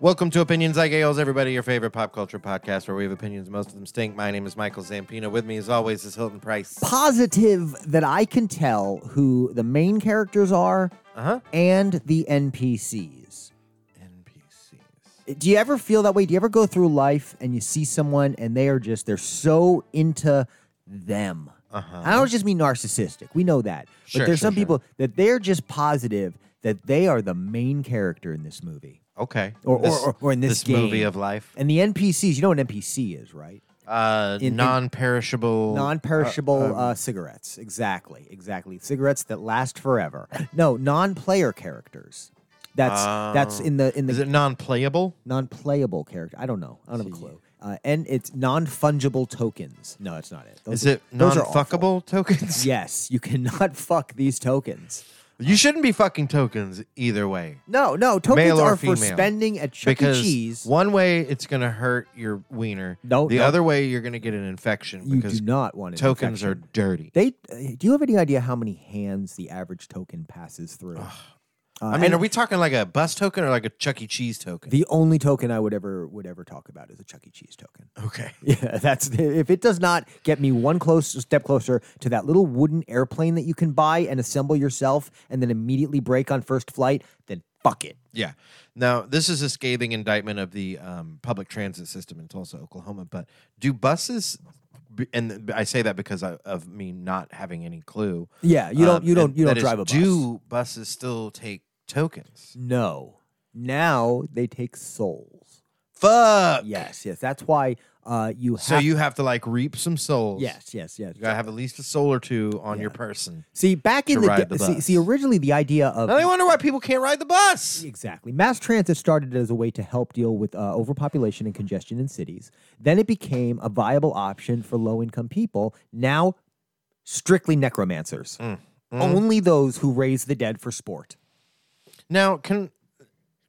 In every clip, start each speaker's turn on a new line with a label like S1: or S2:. S1: Welcome to Opinions Like Ales, everybody, your favorite pop culture podcast where we have opinions. Most of them stink. My name is Michael Zampino. With me, as always, is Hilton Price.
S2: positive that I can tell who the main characters are
S1: Uh huh.
S2: and the NPCs.
S1: NPCs.
S2: Do you ever feel that way? Do you ever go through life and you see someone and they are just, they're so into them?
S1: Uh huh.
S2: I don't just mean narcissistic. We know that.
S1: Sure,
S2: but there's
S1: sure,
S2: some
S1: sure.
S2: people that they're just positive that they are the main character in this movie
S1: Okay.
S2: or, or-
S1: This-
S2: or, or in this,
S1: this
S2: game.
S1: movie of life.
S2: and the NPCs, you know what an NPC is, right?
S1: Uh,
S2: in-
S1: non perishable.
S2: Non-perishable
S1: um,
S2: uh, cigarettes. Exactly, exactly. Cigarettes that last forever. No, non-player characters. That's that's
S1: Oh.
S2: in the in
S1: Is
S2: the
S1: it non playable?
S2: non-playable character. I don't know. I don't have a
S1: See.
S2: clue. Uh, and it's non-fungible tokens. No, it's not it. Those
S1: Is it
S2: those
S1: non
S2: are awful.
S1: fuckable tokens?
S2: Yes, you cannot fuck these tokens.
S1: You shouldn't be fucking tokens either way.
S2: No, no, tokens
S1: Male or
S2: are for
S1: female?
S2: spending at Chuck
S1: Because
S2: E. Cheese.
S1: one way it's going to hurt your wiener.
S2: No,
S1: the
S2: no.
S1: other way you're going to get an infection
S2: you
S1: because
S2: do not want an
S1: tokens
S2: infection.
S1: are dirty.
S2: They uh, do you have any idea how many hands the average token passes through? Uh,
S1: I mean, are we talking like a bus token or like a Chuck E. Cheese token?
S2: The only token I would ever would ever talk about is a Chuck E. Cheese token.
S1: okay.
S2: Yeah, that's if it does not get me one close step closer to that little wooden airplane that you can buy and assemble yourself and then immediately break on first flight, then fuck it.
S1: Yeah. Now, this is a scathing indictment of the um, public transit system in Tulsa, Oklahoma. But do buses, b- and I say that because I, of me not having any clue.
S2: Yeah, you don't
S1: um,
S2: you don't
S1: and
S2: you
S1: that
S2: don't
S1: is,
S2: drive a bus.
S1: Do buses still take tokens?
S2: No. Now they take souls.
S1: Fuck.
S2: Yes, yes. That's why uh you have
S1: So you have to like reap some souls.
S2: Yes, yes, yes.
S1: You gotta have at least a soul or two on your person.
S2: See, back in
S1: to
S2: the,
S1: ride
S2: da-
S1: the
S2: see,
S1: bus.
S2: see originally the idea of
S1: Now they wonder why people can't ride the bus.
S2: Exactly. Mass transit started as a way to help deal with uh, overpopulation and congestion in cities. Then it became a viable option for low income people. Now, strictly necromancers.
S1: Mm. Mm-hmm.
S2: Only those who raise the dead for sport.
S1: Now, can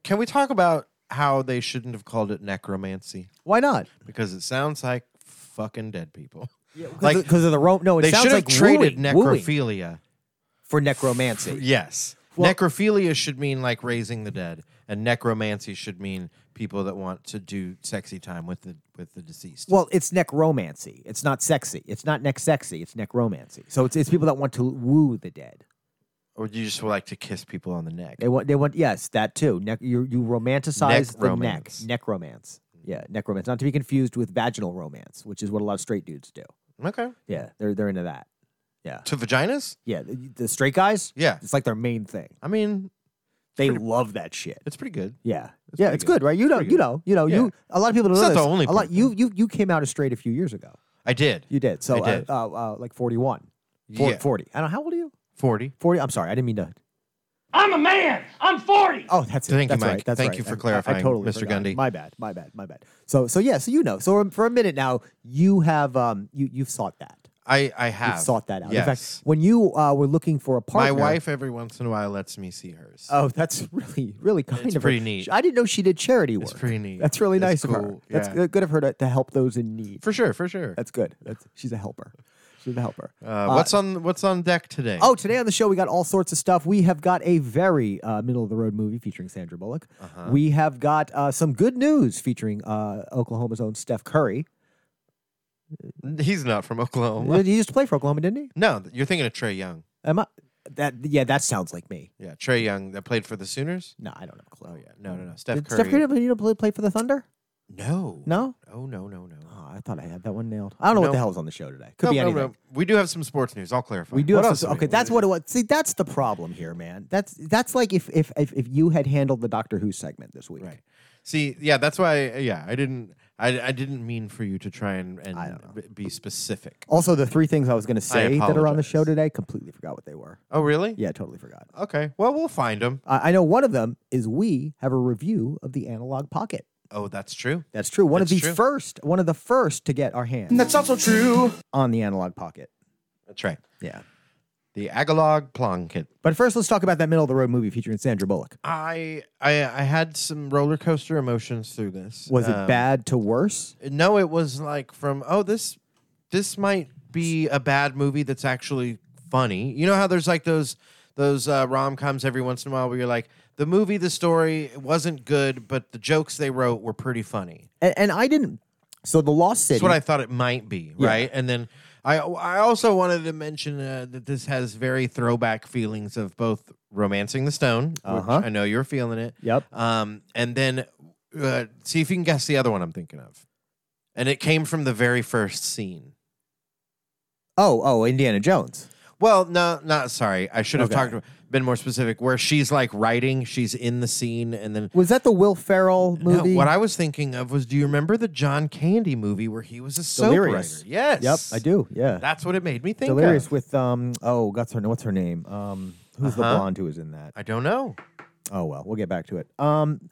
S1: can we talk about how they shouldn't have called it necromancy?
S2: Why not?
S1: Because it sounds like fucking dead people.
S2: Because
S1: Like,
S2: of, 'cause of the Rome. No, it
S1: They should
S2: sounds
S1: have
S2: like
S1: traded
S2: wooing- wooing
S1: necrophilia.
S2: for necromancy.
S1: Yes.
S2: Well-
S1: necrophilia should mean like raising the dead, and necromancy should mean people that want to do sexy time with the with the deceased.
S2: Well, it's necromancy. It's not sexy. It's not neck sexy. It's necromancy. So it's, it's people that want to woo the dead.
S1: or you just like to kiss people on the neck.
S2: They want. They want. Yes, that too. Nec- you you romanticize
S1: Necromance.
S2: the neck. Necromance. Yeah, necromance. Not to be confused with vaginal romance, which is what a lot of straight dudes do.
S1: Okay.
S2: Yeah, they're they're into that. Yeah,
S1: To vaginas?
S2: yeah. The, the straight guys.
S1: Yeah.
S2: It's like their main thing.
S1: I mean,
S2: They love that shit.
S1: it's pretty good.
S2: Yeah,
S1: It's
S2: yeah.
S1: pretty
S2: It's good, right? You know,
S1: pretty
S2: you
S1: good.
S2: know, you know.
S1: Yeah.
S2: You a lot of people don't
S1: It's
S2: know
S1: not the
S2: this.
S1: only
S2: a lot.
S1: point,
S2: You you you came out as straight a few years ago.
S1: I did.
S2: You did. So
S1: I did.
S2: Uh, uh, uh, like forty one.
S1: Yeah.
S2: Forty. I don't. How old are you?
S1: 40.
S2: Forty. I'm sorry. I didn't mean to.
S3: I'm a man. I'm 40.
S2: Oh, that's it.
S1: Thank you,
S2: that's
S1: Mike.
S2: Right. That's
S1: Thank
S2: right.
S1: you for
S2: I- I- I,
S1: clarifying,
S2: totally
S1: Mr.
S2: forgot.
S1: Gundy.
S2: My bad. My bad. My bad. So so yeah. So you know. So for a minute now, you have um you you've sought that.
S1: I, I have.
S2: You've sought that out.
S1: Yes.
S2: In fact, when you uh, were looking for a
S1: My
S2: partner,
S1: wife every once in a while lets me see hers.
S2: Oh, that's really really kind
S1: It's
S2: of her.
S1: pretty neat.
S2: I didn't know she did charity work.
S1: It's pretty neat.
S2: That's really
S1: It's
S2: nice of her.
S1: cool.
S2: That's
S1: Yeah.
S2: good, good of her to, to help those in need.
S1: For sure, for sure.
S2: That's good. That's she's a helper. She's a helper.
S1: Uh, what's on what's on deck today?
S2: Oh, today on the show we got all sorts of stuff. We have got a very uh, middle of the road movie featuring Sandra Bullock.
S1: Uh-huh.
S2: We have got uh, some good news featuring uh, Oklahoma's own Steph Curry.
S1: he's not from Oklahoma.
S2: Did He used to play for Oklahoma, didn't he?
S1: No, you're thinking of Trey Young.
S2: Am I? That yeah, that sounds like me.
S1: Yeah, Trey Young that played for the Sooners.
S2: No, I don't have a clue.
S1: Oh yeah, no, no, no. Steph
S2: Did
S1: Curry.
S2: Steph Curry didn't- you don't play, play for the Thunder?
S1: No,
S2: No.
S1: oh no, no, no.
S2: Oh, I thought I had that one nailed. I don't know
S1: No.
S2: what the hell was on the show today. Could
S1: no,
S2: be
S1: no,
S2: anything.
S1: no. We do have some sports news. I'll clarify.
S2: We do
S1: What
S2: have
S1: else
S2: some,
S1: do we-
S2: okay. That's what it was. See, that's the problem here, man. That's that's like if if if, if you had handled the Doctor Who segment this week.
S1: Right. See, yeah, that's why. Yeah, I didn't. I, I didn't mean for you to try and, and b- be specific.
S2: Also, the three things I was going to say that are on the show
S1: apologize.
S2: today completely forgot what they were.
S1: Oh, really?
S2: Yeah, totally forgot.
S1: Okay. Well, we'll find them.
S2: Uh, I know one of them is we have a review of the Analog Pocket.
S1: Oh, that's true.
S2: That's true. One
S1: That's
S2: of the
S1: true.
S2: first, one of the first to get our hands
S3: That's also true.
S2: on the Analog Pocket.
S1: That's right.
S2: Yeah.
S1: The Agalog Plonket.
S2: But first, let's talk about that middle of the road movie featuring Sandra Bullock.
S1: I I I had some roller coaster emotions through this.
S2: Was
S1: Um,
S2: it bad to worse?
S1: No, it was like from oh this this might be a bad movie that's actually funny. You know how there's like those those uh, rom coms every once in a while where you're like, the movie, the story wasn't good, but the jokes they wrote were pretty funny.
S2: And, and I didn't. So the Lost City.
S1: That's what I thought it might be,
S2: Yeah.
S1: right? And then I I also wanted to mention uh, that this has very throwback feelings of both romancing the stone, which
S2: Uh-huh.
S1: I know you're feeling it.
S2: Yep.
S1: Um, and then uh, see if you can guess the other one I'm thinking of. And it came from the very first scene.
S2: Oh, oh, Indiana Jones.
S1: Well, no, not sorry. I should have
S2: Okay.
S1: talked about, been more specific. Where she's like writing, she's in the scene, and then
S2: Was that the Will Ferrell
S1: No,
S2: movie?
S1: what I was thinking of was, do you remember the John Candy movie where he was a soap
S2: Delirious.
S1: writer? Yes.
S2: Yep, I do. Yeah.
S1: That's what it made me think
S2: Delirious
S1: of.
S2: with um. Oh, that's her. What's her name? Um, who's the
S1: Uh-huh.
S2: blonde who was in that?
S1: I don't know.
S2: Oh well, we'll get back to it. Um,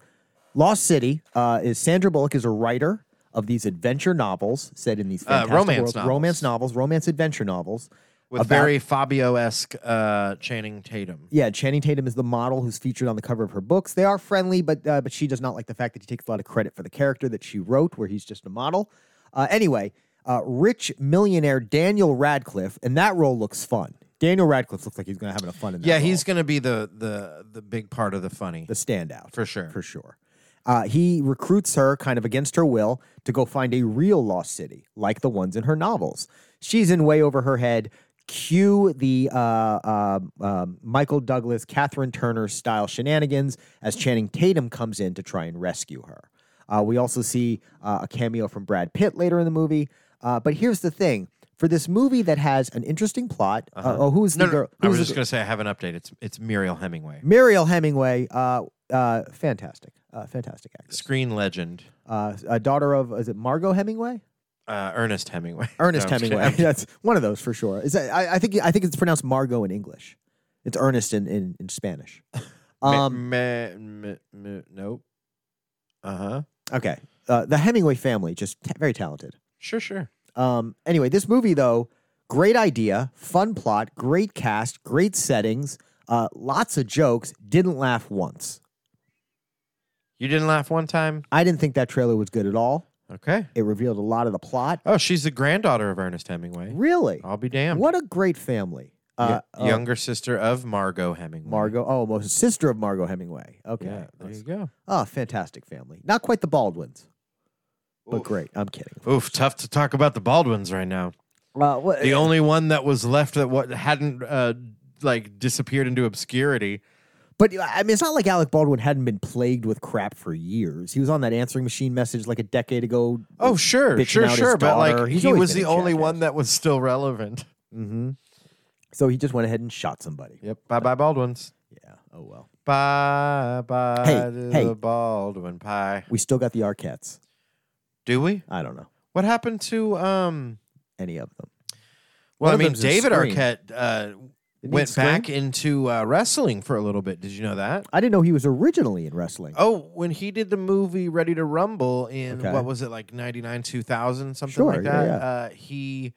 S2: Lost City uh, is Sandra Bullock is a writer of these adventure novels set in these fantastic
S1: Uh, romance
S2: worlds,
S1: novels.
S2: romance novels, romance adventure novels.
S1: With
S2: about-
S1: very Fabio esque uh, Channing Tatum.
S2: Yeah, Channing Tatum is the model who's featured on the cover of her books. They are friendly, but uh, but she does not like the fact that he takes a lot of credit for the character that she wrote, where he's just a model. Uh, anyway, uh, rich millionaire Daniel Radcliffe, and that role looks fun. Daniel Radcliffe looks like he's going to have fun in that.
S1: Yeah,
S2: role.
S1: he's going to be the, the the big part of the funny
S2: the standout
S1: for sure.
S2: for sure. Uh, he recruits her, kind of against her will, to go find a real lost city like the ones in her novels. She's in way over her head. Cue the uh, uh, um, Michael Douglas, Catherine Turner style shenanigans as Channing Tatum comes in to try and rescue her. Uh, we also see uh, a cameo from Brad Pitt later in the movie. Uh, but here's the thing for this movie that has an interesting plot. uh oh, who's the
S1: Uh-huh. no, no,
S2: girl?
S1: I was
S2: who's the
S1: just going to say I have an update. It's it's Muriel Hemingway,
S2: Muriel Hemingway, uh, uh, fantastic, uh, fantastic actress.
S1: screen legend,
S2: Uh, a daughter of is it Margot Hemingway?
S1: uh, Ernest Hemingway.
S2: Ernest
S1: No, I'm just
S2: Hemingway.
S1: kidding.
S2: That's one of those for sure. Is that, I, I think I think it's pronounced Margot in English. It's Ernest in in, in Spanish. Um,
S1: Me- me- me- me- nope. Uh huh.
S2: okay, uh, the Hemingway family just ta- very talented.
S1: Sure, sure.
S2: Um, anyway, this movie though, great idea, fun plot, great cast, great settings, uh, lots of jokes. Didn't laugh once.
S1: You didn't laugh one time.
S2: I didn't think that trailer was good at all.
S1: Okay.
S2: It revealed a lot of the plot.
S1: Oh, she's the granddaughter of Ernest Hemingway.
S2: Really?
S1: I'll be damned.
S2: What a great family. Uh,
S1: Y-
S2: uh,
S1: younger sister of Margot Hemingway.
S2: Margot. Oh, well, sister of Margot Hemingway. Okay.
S1: Yeah, there you
S2: That's-
S1: go.
S2: Oh, fantastic family. Not quite the Baldwins, but
S1: Oof.
S2: great. I'm kidding.
S1: Oof, tough to talk about the Baldwins right now.
S2: Uh, wha-
S1: The only one that was left that what hadn't uh, like disappeared into obscurity.
S2: but I mean, it's not like Alec Baldwin hadn't been plagued with crap for years. He was on that answering machine message like a decade ago.
S1: Oh sure,
S2: bitching
S1: sure,
S2: out his
S1: sure. But
S2: daughter.
S1: like
S2: He's
S1: he
S2: always
S1: was
S2: been
S1: the
S2: a
S1: only
S2: jackass.
S1: one that was still relevant.
S2: Mm-hmm. So he just went ahead and shot somebody.
S1: Yep. Bye bye Baldwins.
S2: Yeah. Oh well.
S1: Bye bye
S2: Hey,
S1: to
S2: hey.
S1: the Baldwin pie.
S2: We still got the Arquettes.
S1: Do we?
S2: I don't know
S1: What happened to um?
S2: any of them.
S1: Well,
S2: One
S1: I
S2: of
S1: mean,
S2: them's in
S1: David
S2: Scream.
S1: Arquette uh,
S2: Didn't he
S1: went
S2: scream?
S1: back into uh, wrestling for a little bit. Did you know that?
S2: I didn't know he was originally in wrestling.
S1: Oh, when he did the movie Ready to Rumble in
S2: Okay.
S1: what was it like 99 2000 something
S2: Sure,
S1: like
S2: yeah,
S1: that.
S2: yeah.
S1: Uh, he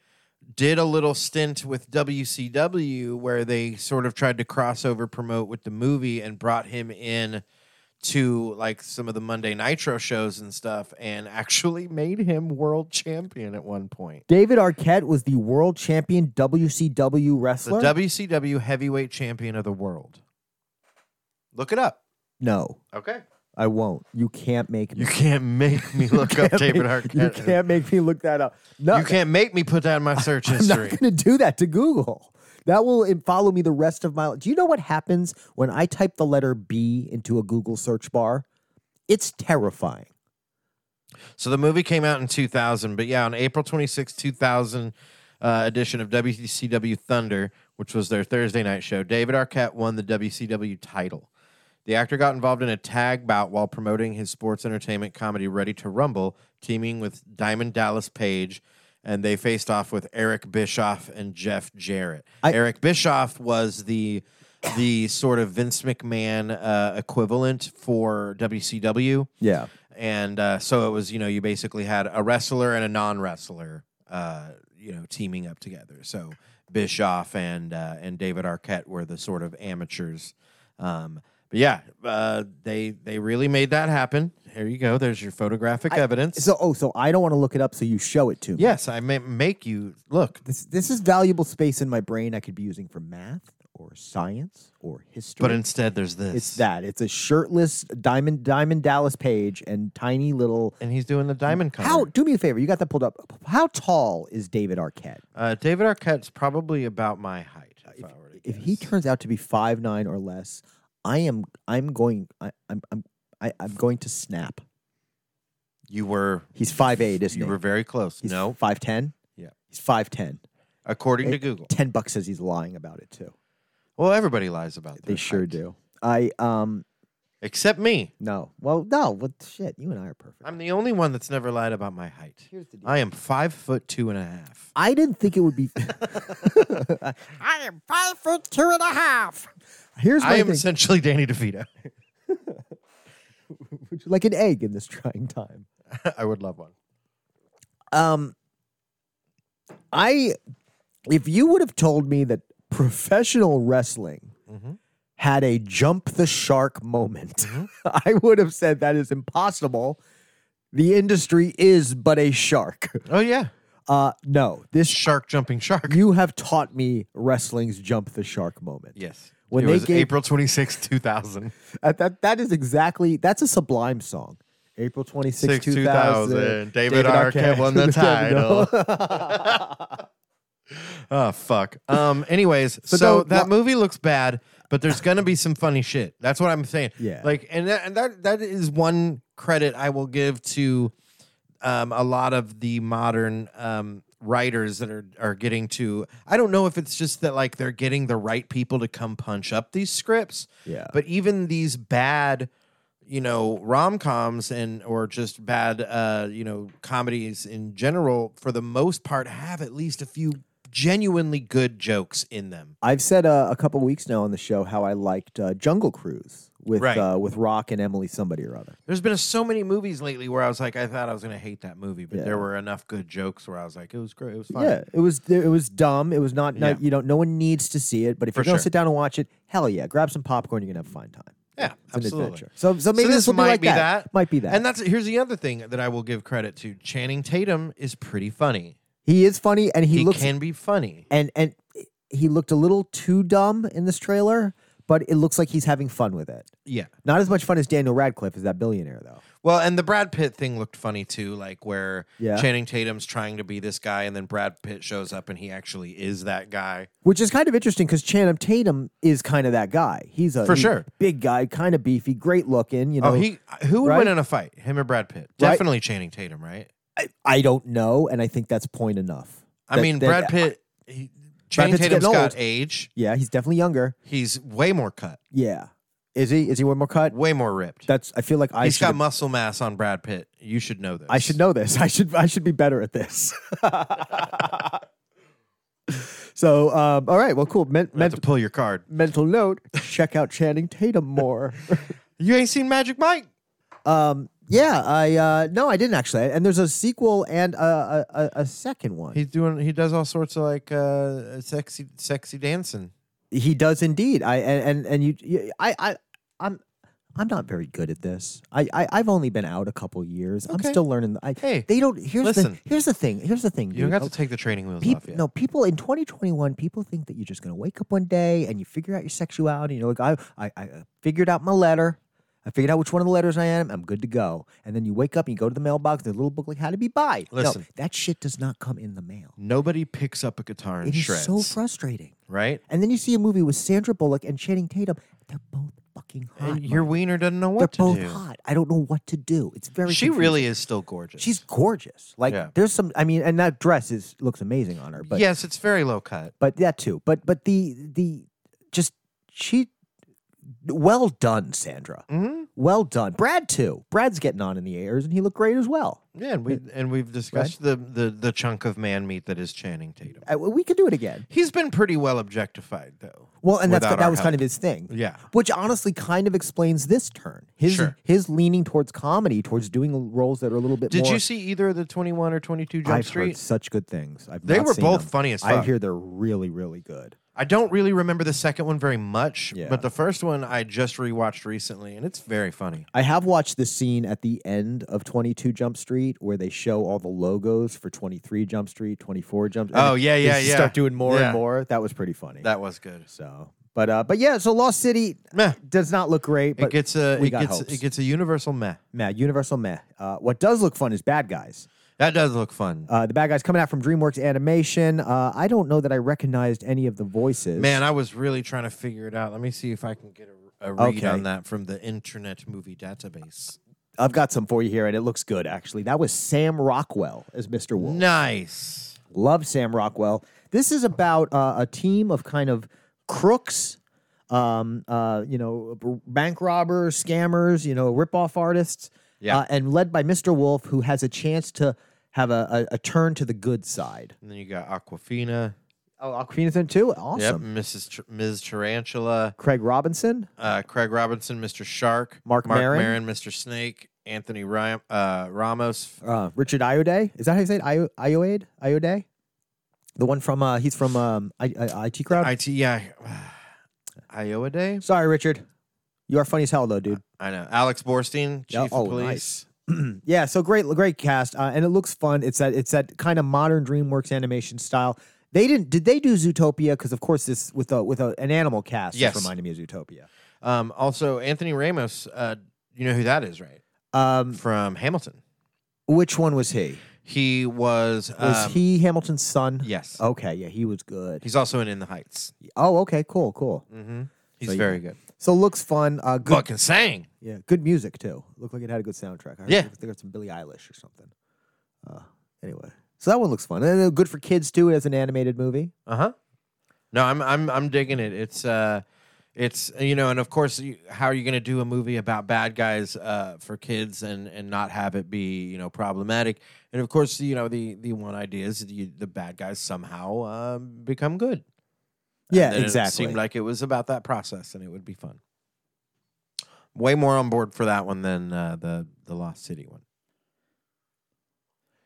S1: did a little stint with WCW where they sort of tried to crossover promote with the movie and brought him in to like some of the Monday Nitro shows and stuff and actually made him world champion at one point.
S2: David Arquette was the world champion WCW
S1: The
S2: wrestler.
S1: WCW heavyweight champion of the world. Look it up.
S2: no.
S1: Okay.
S2: I won't. You can't make me.
S1: You can't make me look up
S2: can't
S1: David
S2: make-
S1: Arquette.
S2: You can't make me look that up. No,
S1: You can't make me put down my search
S2: I'm not
S1: history.
S2: going to do that to Google. That will in- follow me the rest of my life. Do you know what happens when I type the letter B into a Google search bar? It's terrifying.
S1: So the movie came out in 2000, but yeah, on April 26, 2000 uh, edition of WCW Thunder, which was their Thursday night show, David Arquette won the WCW title. The actor got involved in a tag bout while promoting his sports entertainment comedy Ready to Rumble, teaming with Diamond Dallas Page, and they faced off with Eric Bischoff and Jeff Jarrett.
S2: I-
S1: Eric Bischoff was the the sort of Vince McMahon uh, equivalent for WCW.
S2: Yeah.
S1: And uh, so it was, you know, you basically had a wrestler and a non wrestler, uh, you know, teaming up together. So Bischoff and uh, and David Arquette were the sort of amateurs. Um, but yeah, uh, they they really made that happen. Here you go. There's your photographic evidence.
S2: So, oh, so I don't want to look it up, so you show it to me.
S1: yes, I may make you look.
S2: This, this is valuable space in my brain I could be using for math or science or history.
S1: But instead, there's this.
S2: it's that. It's a shirtless Diamond Diamond Dallas Page and tiny little.
S1: And he's doing the diamond cover.
S2: How? Do me a favor. You got that pulled up. How tall is David Arquette?
S1: Uh, David Arquette's probably about my height. If, I were to
S2: If he
S1: guess.
S2: turns out to be five nine or less, I am. I'm going. I, I'm. I'm. I, I'm going to snap.
S1: you were
S2: He's five eight, isn't
S1: you
S2: he?
S1: were very close.
S2: He's
S1: no,
S2: five ten.
S1: Yeah.
S2: he's five ten.
S1: according to
S2: it-
S1: Google.
S2: Ten bucks says he's lying about it too.
S1: Well, everybody lies about that.
S2: They sure do. I um
S1: Except me.
S2: no. Well, no. What shit? You and I are perfect.
S1: I'm the only one that's never lied about my height.
S2: Here's the deal.
S1: I am five foot two and a half.
S2: I didn't think it would be. I am five foot two and a half. Here's
S1: I
S2: my
S1: am
S2: thing.
S1: essentially Danny DeVito.
S2: Would you like an egg in this trying time?
S1: I would love one.
S2: Um, I, if you would have told me that professional wrestling
S1: Mm-hmm.
S2: had a jump the shark moment, I would have said that is impossible. The industry is but a shark.
S1: Oh yeah,
S2: Uh, no, this
S1: shark jumping shark.
S2: you have taught me wrestling's jump the shark moment.
S1: yes.
S2: When
S1: it
S2: they
S1: was
S2: gave-
S1: April 26, 2000.
S2: Uh, that that is exactly that's a sublime song. April 26,
S1: 6,
S2: 2000.
S1: 2000. David Arquette won the Oh fuck. Um. Anyways, so,
S2: So don't-
S1: that
S2: wha-
S1: movie looks bad, but there's gonna be some funny shit. That's what I'm saying.
S2: Yeah.
S1: Like, and that, and that that is one credit I will give to, um, a lot of the modern um writers that are are getting to. I don't know if it's just that like they're getting the right people to come punch up these scripts.
S2: Yeah.
S1: But even these bad, you know, rom coms and or just bad, uh, you know, comedies in general, for the most part, have at least a few genuinely good jokes in them.
S2: I've said uh, a couple weeks now on the show how I liked uh, Jungle Cruise with
S1: Right.
S2: uh, with Rock and Emily somebody or other.
S1: There's been so many movies lately where I was like, I thought I was gonna hate that movie, but
S2: Yeah.
S1: there were enough good jokes where I was like, it was great, it was fun.
S2: Yeah, it was it was dumb. It was not,
S1: Yeah.
S2: not- you know no one needs to see it, but if
S1: For
S2: you're gonna
S1: sure.
S2: sit down and watch it, hell yeah, grab some popcorn. You're gonna have a fine time.
S1: Yeah,
S2: It's an
S1: absolutely.
S2: adventure. So so maybe this, will
S1: might
S2: be like
S1: be
S2: that.
S1: that.
S2: Might be that.
S1: And that's here's the other thing that I will give credit to. Channing Tatum is pretty funny.
S2: he is funny and he,
S1: He,
S2: looks
S1: can be funny.
S2: and and he looked a little too dumb in this trailer, but it looks like he's having fun with it.
S1: Yeah.
S2: Not as much fun as Daniel Radcliffe as that billionaire though.
S1: Well, and the Brad Pitt thing looked funny too, like where
S2: Yeah.
S1: Channing Tatum's trying to be this guy, and then Brad Pitt shows up and he actually is that guy.
S2: Which is kind of interesting because Channing Tatum is kind of that guy. He's a
S1: For
S2: he's
S1: sure.
S2: big guy, kind of beefy, great looking. You know,
S1: oh, he who would
S2: right?
S1: win in a fight? Him or Brad Pitt?
S2: Right.
S1: Definitely Channing Tatum, right?
S2: I, I don't know, and I think that's point enough.
S1: I
S2: That-
S1: mean,
S2: that-
S1: Brad Pitt. he, Channing
S2: Pitt's
S1: Tatum's
S2: getting
S1: got
S2: old.
S1: age.
S2: Yeah, he's definitely younger.
S1: He's way more cut,
S2: Yeah, is he? Is he one more cut?
S1: way more ripped.
S2: That's. I feel like I
S1: He's
S2: should.
S1: got muscle mass on Brad Pitt. You should know this.
S2: I should know this. I should I should be better at this. so, um, all right. Well, cool. Men-
S1: You have to
S2: men-
S1: pull your card.
S2: mental note: check out Channing Tatum more.
S1: You ain't seen Magic Mike.
S2: um, yeah, I uh, no, I didn't actually. And there's a sequel and a a, a, a second one.
S1: He's doing. He does all sorts of like uh, sexy, sexy dancing.
S2: He does indeed. I and and, and you, you, I I I'm. I'm not very good at this. I, I I've only been out a couple years.
S1: Okay.
S2: I'm still learning. I,
S1: Hey,
S2: they don't. Here's
S1: listen.
S2: the here's the thing. Here's the thing.
S1: You don't
S2: dude.
S1: have to take the training wheels
S2: Peop-
S1: off yet.
S2: No, people in 2021, people think that you're just going to wake up one day and you figure out your sexuality. And you're like, I, I, I uh, figured out my letter. I figured out which one of the letters I am. I'm good to go. And then you wake up and you go to the mailbox. There's a little book like How to Be Bi.
S1: Listen.
S2: no, that shit does not come in the mail.
S1: Nobody picks up a guitar and
S2: It is
S1: Mm, shreds.
S2: so frustrating.
S1: right?
S2: And then you see a movie with Sandra Bullock and Channing Tatum. They're both fucking hot.
S1: And your
S2: Mike.
S1: wiener doesn't know
S2: They're
S1: what
S2: both
S1: to do.
S2: hot. I don't know what to do. It's very.
S1: She
S2: confusing.
S1: really is still gorgeous.
S2: She's gorgeous. Like
S1: Yeah.
S2: there's some. I mean, and that dress is looks amazing on her. But
S1: yes, it's very low cut.
S2: but that too. But but the the just she well done, Sandra.
S1: hmm
S2: Well done, Brad too. Brad's getting on in the airs, and he looked great as well.
S1: Yeah, and we and we've discussed the, the the chunk of man meat that is Channing Tatum.
S2: I, Uh, we could do it again.
S1: He's been pretty well objectified though.
S2: Well, and that's
S1: Without
S2: that
S1: our
S2: was kind of
S1: help.
S2: his thing.
S1: Yeah.
S2: Which honestly kind of explains this turn. His
S1: Sure.
S2: his leaning towards comedy, towards doing roles that are a little bit
S1: Did
S2: more.
S1: you see either of the twenty one or twenty two Jump
S2: I've heard
S1: Street?
S2: such good things. I've
S1: They
S2: not
S1: were
S2: seen
S1: both
S2: them.
S1: funny as
S2: I
S1: fuck.
S2: hear they're really really good.
S1: I don't really remember the second one very much,
S2: Yeah.
S1: but the first one I just rewatched recently, and it's very funny.
S2: I have watched the scene at the end of 22 Jump Street where they show all the logos for 23 Jump Street, 24 Jump. and
S1: Oh, yeah,
S2: they
S1: yeah,
S2: just
S1: yeah.
S2: Start doing more
S1: Yeah.
S2: and more. That was pretty funny.
S1: That was good.
S2: so, But uh, but yeah, so Lost City
S1: Meh.
S2: does not look great. But
S1: It gets a
S2: we
S1: it
S2: got
S1: gets
S2: hopes.
S1: it gets a universal meh.
S2: meh, Universal meh. Uh, what does look fun is Bad Guys.
S1: That does look fun.
S2: Uh, the bad guys coming out from DreamWorks Animation. Uh, I don't know that I recognized any of the voices.
S1: Man, I was really trying to figure it out. Let me see if I can get a, a read
S2: Okay.
S1: on that from the Internet Movie Database.
S2: I've got some for you here, and it looks good actually. That was Sam Rockwell as Mr. Wolf.
S1: Nice.
S2: Love Sam Rockwell. This is about uh, a team of kind of crooks, um, uh, you know, b- bank robbers, scammers, you know, ripoff artists,
S1: Yeah.
S2: uh, and led by Mr. Wolf, who has a chance to have a, a, a turn to the good side.
S1: And then you got Aquafina.
S2: Oh, Aquafina's in too. Awesome.
S1: Yep. Mrs. Tr- Ms. Tarantula.
S2: Craig Robinson.
S1: uh, Craig Robinson, Mr. Shark,
S2: Mark Maron.
S1: Maron, Mr. Snake, Anthony Ram- uh, Ramos.
S2: uh, Richard Iode. Is that how you say it? Io- Iode? Iode? The one from uh, he's from um, I- I- IT Crowd.
S1: IT, yeah. Iowa Day?
S2: Sorry, Richard. You are funny as hell though, dude.
S1: I know. Alex Borstein, Chief
S2: Yeah, oh,
S1: of Police.
S2: nice. yeah, so great, great cast, uh, and it looks fun. It's that it's that kind of modern DreamWorks animation style. They didn't did they do Zootopia? Because of course this with a with a, an animal cast.
S1: Yes.
S2: just reminded me of Zootopia.
S1: Um, also, Anthony Ramos, uh, you know who that is, right?
S2: Um,
S1: From Hamilton.
S2: which one was he?
S1: He was.
S2: Was
S1: um,
S2: he Oh. Hamilton's son?
S1: Yes.
S2: Okay, yeah, he was good.
S1: He's also in In the Heights.
S2: Oh, okay, cool, cool.
S1: Mm-hmm. He's
S2: So, yeah.
S1: very good.
S2: So looks fun. Uh, good
S1: Fucking sang.
S2: Yeah, good music too. Looked like it had a good soundtrack. I heard
S1: Yeah.
S2: I think it's some Billie Eilish or something. Uh, anyway, so that one looks fun and uh, good for kids too as an animated movie.
S1: Uh huh. No, I'm I'm I'm digging it. It's uh, it's you know, and of course, you, how are you going to do a movie about bad guys uh for kids and and not have it be you know problematic? And of course, you know the the one idea is that you, the bad guys somehow uh, become good. And
S2: Yeah,
S1: then It
S2: exactly.
S1: seemed like it was about that process, and it would be fun. Way more on board for that one than uh, the the Lost City one.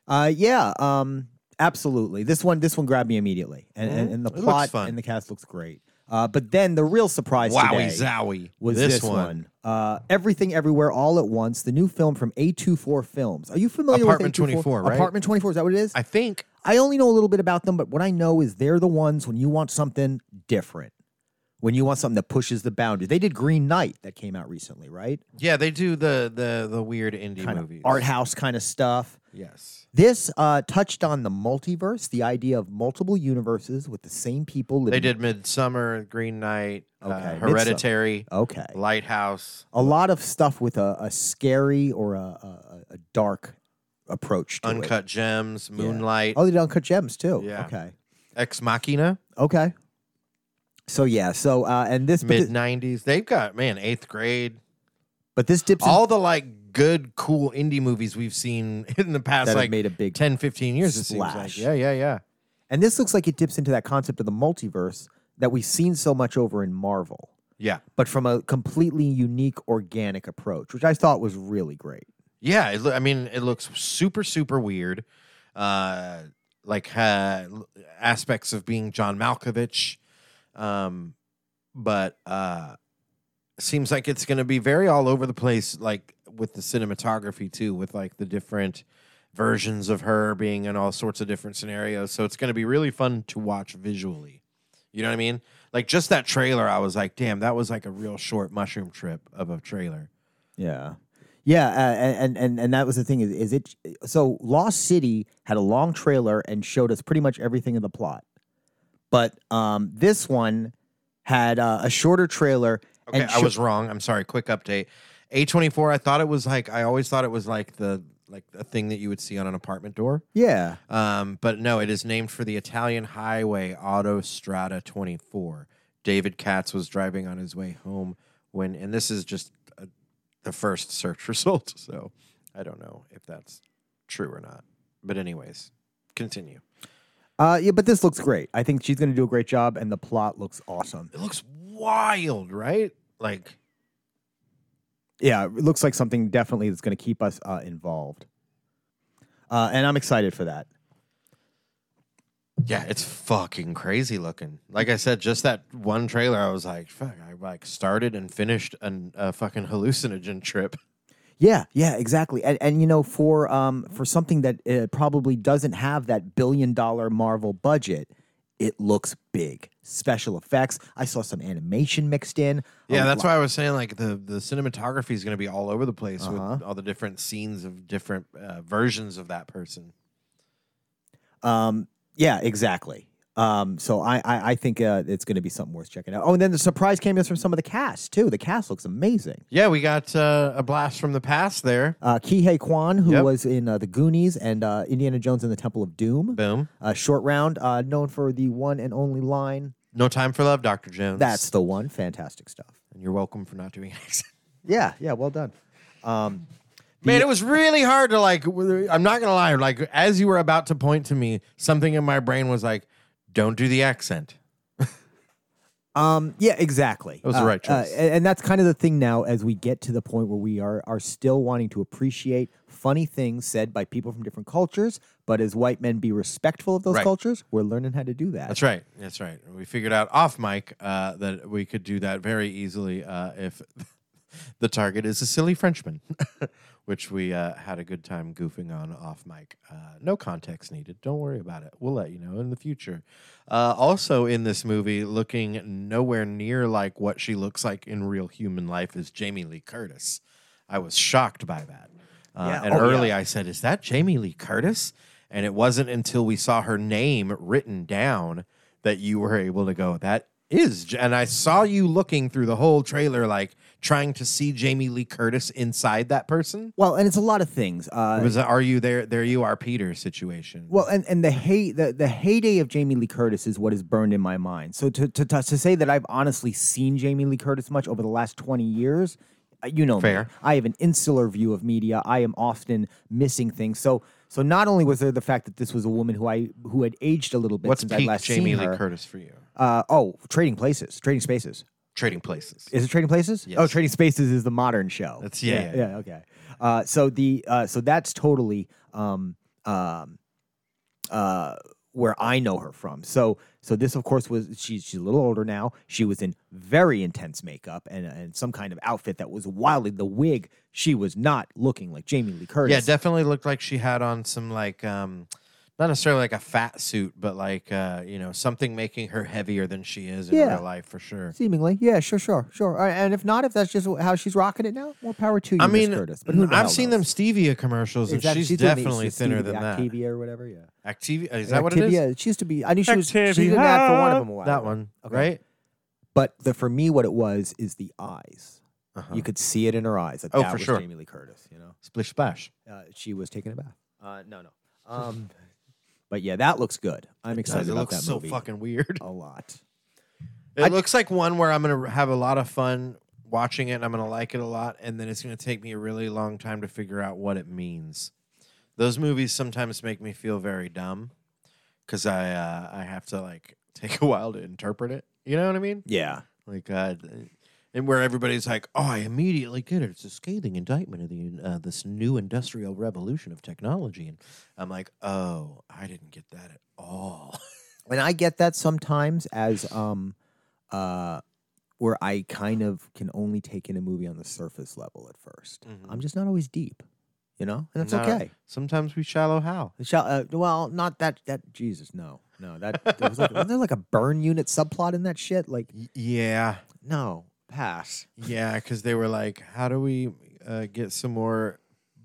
S2: uh, yeah, um, absolutely. This one, this one grabbed me immediately, and and,
S1: Mhm.
S2: and the
S1: It looks
S2: plot
S1: fun.
S2: and the cast looks great. Uh, but then the real surprise
S1: Wowie
S2: today
S1: zowie!
S2: was this, one, Uh, everything everywhere all at once, the new film from A24 Films. Are you familiar
S1: Apartment
S2: with A24?
S1: 24, right?
S2: Apartment 24 is that what it is?
S1: I think
S2: I only know a little bit about them, but what I know is they're the ones when you want something different, when you want something that pushes the boundary. They did Green Knight that came out recently, right?
S1: yeah, they do the the the weird indie
S2: Kind
S1: movies,
S2: of art house kind of stuff.
S1: Yes.
S2: This uh, touched on the multiverse, the idea of multiple universes with the same people living.
S1: They did Midsummer, Green Knight, uh,
S2: Okay, Midsommar.
S1: Hereditary,
S2: Okay.
S1: Lighthouse,
S2: A lot of stuff with a, a scary or a, a, a dark approach to it.
S1: Uncut Gems, Moonlight,
S2: Oh, they did Uncut Gems too.
S1: Yeah.
S2: Okay.
S1: Ex Machina,
S2: Okay. So, yeah. So, uh, and this, but, thi-
S1: mid 90s. They've got, man, eighth grade.
S2: but this dips in-
S1: All the like good, cool indie movies we've seen in the past
S2: that have
S1: like
S2: made a big
S1: 10, 15 years, it seems like.
S2: Splash.
S1: Yeah, yeah, yeah.
S2: And this looks like it dips into that concept of the multiverse that we've seen so much over in Marvel,
S1: Yeah.
S2: but from a completely unique, organic approach, which I thought was really great.
S1: Yeah. It loo- I mean, it looks super, super weird. Uh, like uh, l- aspects of being John Malkovich. Um, but uh, seems like it's going to be very all over the place, like with the cinematography too, with like the different versions of her being in all sorts of different scenarios. So it's going to be really fun to watch visually. You know what I mean? Like just that trailer, I was like, damn, that was like a real short mushroom trip of a trailer.
S2: Yeah. Yeah, uh, and, and and that was the thing is, is it so Lost City had a long trailer and showed us pretty much everything in the plot, but um, this one had uh, a shorter trailer.
S1: Okay,
S2: and
S1: I
S2: sho-
S1: was wrong. I'm sorry. Quick update. A24, I thought it was like I always thought it was like the like a thing that you would see on an apartment door.
S2: yeah.
S1: Um, but no, it is named for the Italian highway Autostrada 24. David Katz was driving on his way home when and this is just uh the first search result, so I don't know if that's true or not. But anyways, continue.
S2: Uh, yeah, but this looks great. I think she's going to do a great job, and the plot looks awesome.
S1: It looks wild, right? Like
S2: yeah, it looks like something definitely that's going to keep us uh, involved. Uh, and I'm excited for that.
S1: Yeah, it's fucking crazy looking. Like I said, just that one trailer, I was like, fuck, I like started and finished an, a fucking hallucinogen trip.
S2: Yeah, yeah, exactly. And, and you know, for um, for something that uh, probably doesn't have that billion dollar Marvel budget, It looks big. Special effects. I saw some animation mixed in. um,
S1: Yeah, that's
S2: right.
S1: why I was saying like the the cinematography is going to be all over the place with
S2: Uh-huh.
S1: all the different scenes of different uh, versions of that person.
S2: Um, yeah, exactly. Um, so I I, I think uh, it's going to be something worth checking out. Oh, and then the surprise cameos from some of the cast too. The cast looks amazing.
S1: Yeah, we got uh, a blast from the past there.
S2: Uh, Kihei Kwan, who
S1: Yep.
S2: was in uh, the Goonies and uh, Indiana Jones and the Temple of Doom.
S1: Boom.
S2: Uh, short round, uh, known for the one and only line.
S1: No time for love, Doctor Jones.
S2: That's the one. Fantastic stuff.
S1: and you're welcome for not doing an accent.
S2: Yeah, yeah, well done. Um,
S1: Man, it was really hard to like. w- I'm not gonna lie. Like as you were about to point to me, something in my brain was like, "Don't do the accent."
S2: Um, yeah, exactly. That
S1: was the right choice.
S2: and, and that's kind of the thing now as we get to the point where we are are still wanting to appreciate funny things said by people from different cultures, but as white men be respectful of those
S1: Right.
S2: cultures, we're learning how to do that.
S1: That's right. That's right. We figured out off mic uh, that we could do that very easily uh, if the target is a silly Frenchman, which we uh, had a good time goofing on off mic. Uh, no context needed. Don't worry about it. We'll let you know in the future. Uh, also, in this movie, looking nowhere near like what she looks like in real human life is Jamie Lee Curtis. I was shocked by that. Uh,
S2: Yeah.
S1: And
S2: Oh, yeah.
S1: early I said, Is that Jamie Lee Curtis? And it wasn't until we saw her name written down that you were able to go, That is. J-" And I saw you looking through the whole trailer, like trying to see Jamie Lee Curtis inside that person.
S2: Well, and it's a lot of things. Uh,
S1: It was a, Are you there? There you are, Peter situation.
S2: Well, and, and the hey the, the heyday of Jamie Lee Curtis is what is burned in my mind. So to, to to to say that I've honestly seen Jamie Lee Curtis much over the last twenty years, uh, you know, me.
S1: Fair.
S2: I have an insular view of media. I am often missing things. So so not only was there the fact that this was a woman who I who had aged a little bit
S1: What's
S2: since I
S1: peak
S2: last
S1: Jamie
S2: seen
S1: Lee
S2: her.
S1: Curtis for you?
S2: Uh, oh, Trading Places, Trading Spaces.
S1: Trading places.
S2: Is it Trading Places?
S1: Yes.
S2: Oh, Trading Spaces is the modern show.
S1: That's- yeah, yeah,
S2: yeah, okay. Uh, so the uh, so that's totally um, um, uh, where I know her from. So so this of course was she's she's a little older now. She was in very intense makeup and and some kind of outfit that was wildly the wig. She was not looking like Jamie Lee Curtis.
S1: Yeah, definitely looked like she had on some like um not necessarily like a fat suit, but like uh, you know, something making her heavier than she is in
S2: Yeah.
S1: real life for sure.
S2: Seemingly, yeah, sure, sure, sure. All right, and if not, if that's just how she's rocking it now, more power to you,
S1: I
S2: Miss
S1: mean,
S2: Curtis. But who the hell
S1: I've seen
S2: knows?
S1: them Stevia commercials, and
S2: Is that-
S1: she's,
S2: she's doing the-
S1: definitely
S2: she's
S1: thinner
S2: Stevie
S1: than that.
S2: Activia or whatever, yeah.
S1: Activia, is that what it
S2: Activia.
S1: is?
S2: She used to be. I knew she was. She was in that for one of them. A while
S1: That
S2: ago.
S1: one,
S2: Okay.
S1: right?
S2: But the, for me, what it was is the eyes.
S1: Uh-huh.
S2: You could see it in her eyes. That
S1: Oh,
S2: that
S1: for
S2: was
S1: sure.
S2: Jamie Lee Curtis. You know,
S1: Splish splash.
S2: uh, she was taking a bath. Uh, no, no. Um, but yeah, that looks good. I'm excited
S1: it
S2: about
S1: looks
S2: that
S1: so
S2: movie.
S1: fucking weird.
S2: a lot.
S1: It
S2: I-
S1: looks like one where I'm gonna have a lot of fun watching it, and I'm gonna like it a lot, and then it's gonna take me a really long time to figure out what it means. Those movies sometimes make me feel very dumb because I uh, I have to like take a while to interpret it. You know what I mean?
S2: Yeah.
S1: Like, uh, and where everybody's like, "Oh, I immediately get it. It's a scathing indictment of the uh, this new industrial revolution of technology," and I'm like, "Oh, I didn't get that at all."
S2: and I get that sometimes as um uh where I kind of can only take in a movie on the surface level at 1st i
S1: Mhm.
S2: I'm just not always deep, you know, and that's
S1: Not-
S2: okay.
S1: Sometimes we shallow how.
S2: The shell- uh, well, not that that Jesus, no, no. That there was like, wasn't there like a burn unit subplot in that shit? Like,
S1: Y- yeah,
S2: no, pass.
S1: Yeah, because they were like, how do we uh, get some more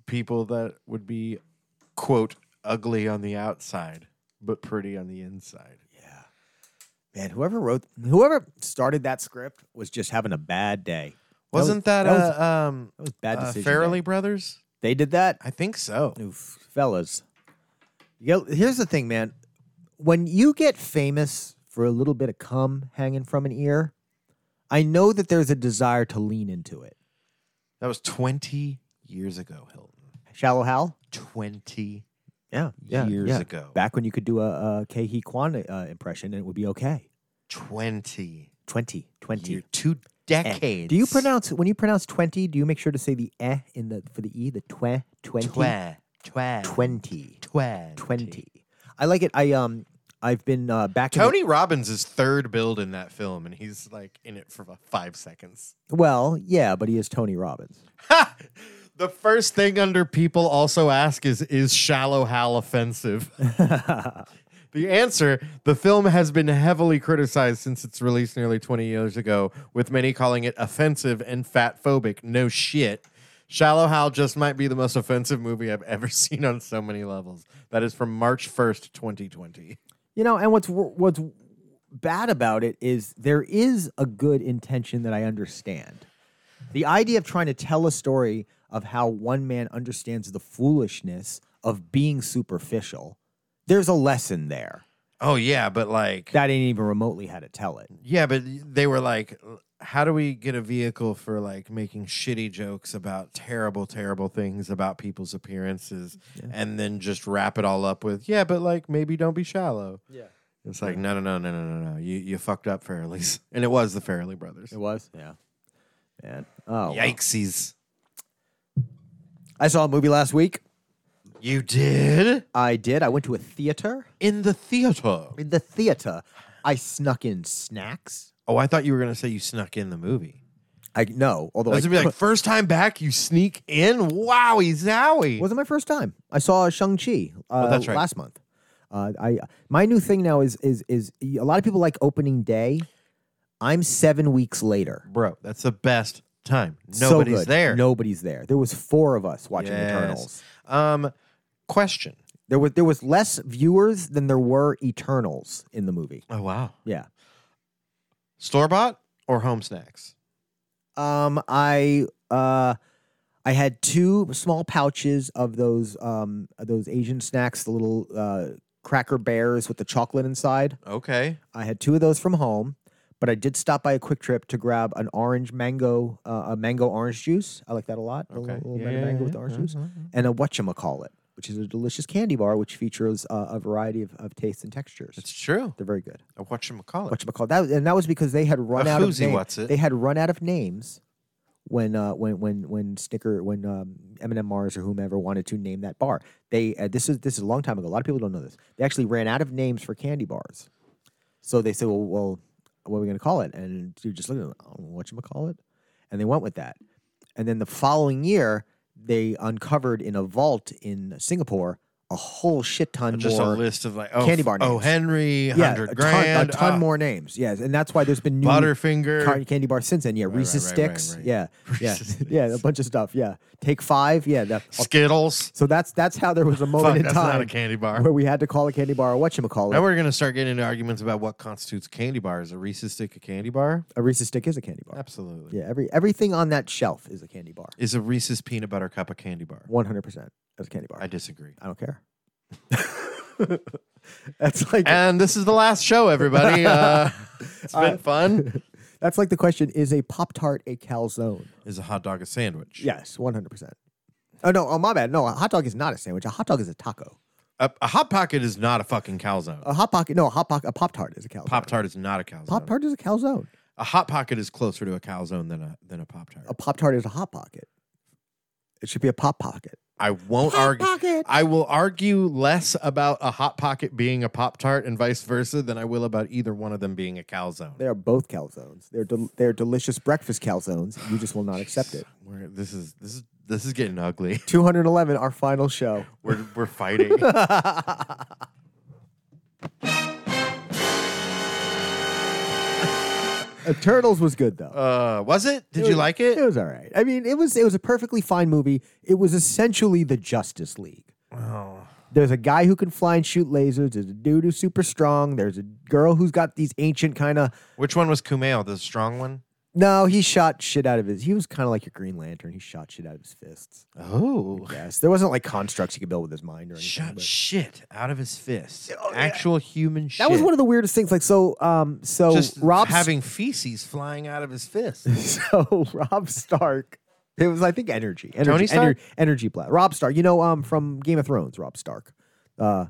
S1: people that would be, quote, ugly on the outside, but pretty on the inside?
S2: Yeah, man. Whoever wrote, whoever started that script was just having a bad day. was-
S1: Wasn't that,
S2: that was-
S1: uh, um,
S2: That was bad
S1: uh,
S2: decision.
S1: Farrelly
S2: day.
S1: Brothers?
S2: they did that.
S1: I think so.
S2: Oof, fellas. You get, here's the thing, man. When you get famous for a little bit of cum hanging from an ear, I know that there's a desire to lean into it.
S1: That was 20 years ago, Hilton.
S2: Shallow Hal.
S1: 20
S2: Yeah,
S1: years ago.
S2: back when you could do a, a Kehi Kwan uh, impression and it would be okay.
S1: 20.
S2: 20, 20.
S1: Year, two
S2: Eh.
S1: decades.
S2: Do you pronounce, when you pronounce 20, do you make sure to say the eh in the, for the e, the twe, 20?
S1: Twe, twe,
S2: 20,
S1: twe,
S2: 20. I like it. I, um, I've been uh, back in the-
S1: Tony Robbins is third build in that film, and he's like in it for about five seconds.
S2: well, yeah, but he is Tony Robbins.
S1: Ha! the first thing under people also ask is is shallow hal offensive The answer the film has been heavily criticized since its release nearly 20 years ago, with many calling it offensive and fat phobic. No shit. Shallow Hal just might be the most offensive movie I've ever seen on so many levels. That is from March 1st, 2020.
S2: You know, and what's wor- what's bad about it is there is a good intention that I understand. The idea of trying to tell a story of how one man understands the foolishness of being superficial, there's a lesson there.
S1: Oh, yeah, but like,
S2: That ain't even remotely how to tell it.
S1: yeah, but they were like, how do we get a vehicle for like making shitty jokes about terrible, terrible things about people's appearances and then just wrap it all up with, yeah, but like maybe don't be shallow.
S2: Yeah.
S1: It's like no, no, no, no, no, no, no. You you fucked up Farrelly's, and it was the Farrelly brothers.
S2: It was? Yeah. Man. Oh. wow.
S1: Yikesies!
S2: I saw a movie last week.
S1: You did
S2: I did. I went to a theater.
S1: in the theater.
S2: In the theater, I snuck in snacks.
S1: Oh, I thought you were gonna say you snuck in the movie.
S2: I no, although
S1: I was
S2: I
S1: gonna be like first time back. You sneak in. Wowie zowie.
S2: wasn't my first time. I saw Shang Chi uh,
S1: Oh, that's right.
S2: last month. Uh, I my new thing now is is is a lot of people like opening day. I'm seven weeks later.
S1: Bro, that's the best time.
S2: So
S1: Nobody's
S2: good.
S1: there.
S2: Nobody's there. There was four of us watching
S1: Yes.
S2: Eternals.
S1: Um, question.
S2: There was there was less viewers than there were Eternals in the movie.
S1: Oh wow.
S2: Yeah.
S1: Store bought or home snacks?
S2: Um, I uh, I had two small pouches of those um those Asian snacks, the little uh cracker bears with the chocolate inside.
S1: Okay.
S2: I had two of those from home, but I did stop by a quick trip to grab an orange mango, uh, a mango orange juice. I like that a lot. A
S1: Okay.
S2: little, little
S1: Yeah,
S2: bit of
S1: yeah,
S2: mango
S1: yeah, Uh-huh.
S2: with
S1: yeah. Mm-hmm.
S2: orange juice, and a whatchamacallit, which is a delicious candy bar which features uh, a variety of, of tastes and textures.
S1: It's true.
S2: They're very good.
S1: I watched him call it.
S2: Whatchamacallit. That was- and that was because they had run
S1: A
S2: out of
S1: Hoosie
S2: name-
S1: what's it.
S2: They had run out of names when uh, when when when Snicker when um, Eminem Mars or whomever wanted to name that bar. They uh, this is this is a long time ago. A lot of people don't know this. They actually ran out of names for candy bars. So they said, well, well what are we going to call it? And dude just look at them, I don't know what you call it. And they went with that. And then the following year, they uncovered in a vault in Singapore a whole shit ton
S1: Just a
S2: more
S1: list of like oh,
S2: candy bar
S1: oh
S2: names.
S1: Henry,
S2: yeah,
S1: hundred
S2: a ton,
S1: grand,
S2: a ton
S1: ah,
S2: more names. Yes, and that's why there's been new
S1: Butterfinger.
S2: car- candy bars since then. Yeah, Reese's
S1: right, right,
S2: sticks.
S1: right.
S2: Yeah, yeah,
S1: Reese's
S2: yeah, a bunch of stuff. Yeah, Take Five. Yeah, the-
S1: Skittles.
S2: so that's that's how there was a moment
S1: Fuck,
S2: in
S1: that's
S2: time
S1: not a candy bar.
S2: where we had to call a candy bar a
S1: Now
S2: whatchamacallit.
S1: we're gonna start getting into arguments about what constitutes candy bar. Is a Reese's stick a candy bar?
S2: A Reese's stick is a candy bar.
S1: Absolutely.
S2: Yeah, every everything on that shelf is a candy bar.
S1: Is a Reese's peanut butter cup a candy bar?
S2: One hundred percent as a candy bar.
S1: I disagree.
S2: I don't care. that's like
S1: And this is the last show, everybody. Uh, it's been
S2: Uh,
S1: fun.
S2: that's like the question: Is a pop tart a calzone?
S1: Is a hot dog a sandwich?
S2: Yes, one hundred percent. Oh no! Oh my bad. No, a hot dog is not a sandwich. A hot dog is a taco.
S1: A, a hot pocket is not a fucking calzone.
S2: A hot pocket. No, a hot pocket. A pop tart is a calzone.
S1: Pop tart is not a calzone.
S2: Pop tart is a calzone.
S1: A hot pocket is closer to a calzone than a than a pop tart.
S2: A pop tart is a hot pocket. It should be a pop pocket.
S1: I won't
S2: Hot
S1: argue.
S2: Pocket.
S1: I will argue less about a hot pocket being a pop tart and vice versa than I will about either one of them being a calzone.
S2: They are both calzones. They're del- they're delicious breakfast calzones. You just will not accept it.
S1: We're, this is this is this is getting ugly.
S2: Two hundred eleven. Our final show.
S1: We're we're fighting.
S2: Uh, Turtles was good though.
S1: uh, was it? Did you
S2: was-
S1: like
S2: It
S1: it?
S2: was all right. I mean, it was it was a perfectly fine movie. It was essentially the Justice League.
S1: Oh.
S2: There's a guy who can fly and shoot lasers. There's a dude who's super strong. There's a girl who's got these ancient kind of.
S1: Which one was Kumail? The strong one?
S2: No, he shot shit out of his. He was kind of like your Green Lantern. He shot shit out of his fists.
S1: Oh,
S2: Yes, there wasn't like constructs he could build with his mind or anything.
S1: shot
S2: but-
S1: shit out of his fist. Actual human shit.
S2: Oh, that was one of the weirdest things. Like so, um, so
S1: just
S2: Rob S-
S1: having feces flying out of his fist.
S2: so Rob Stark. It was, I think, energy, energy,
S1: Tony Stark?
S2: Ener- energy plat. Rob Stark, you know, um, from Game of Thrones, Rob Stark. Uh,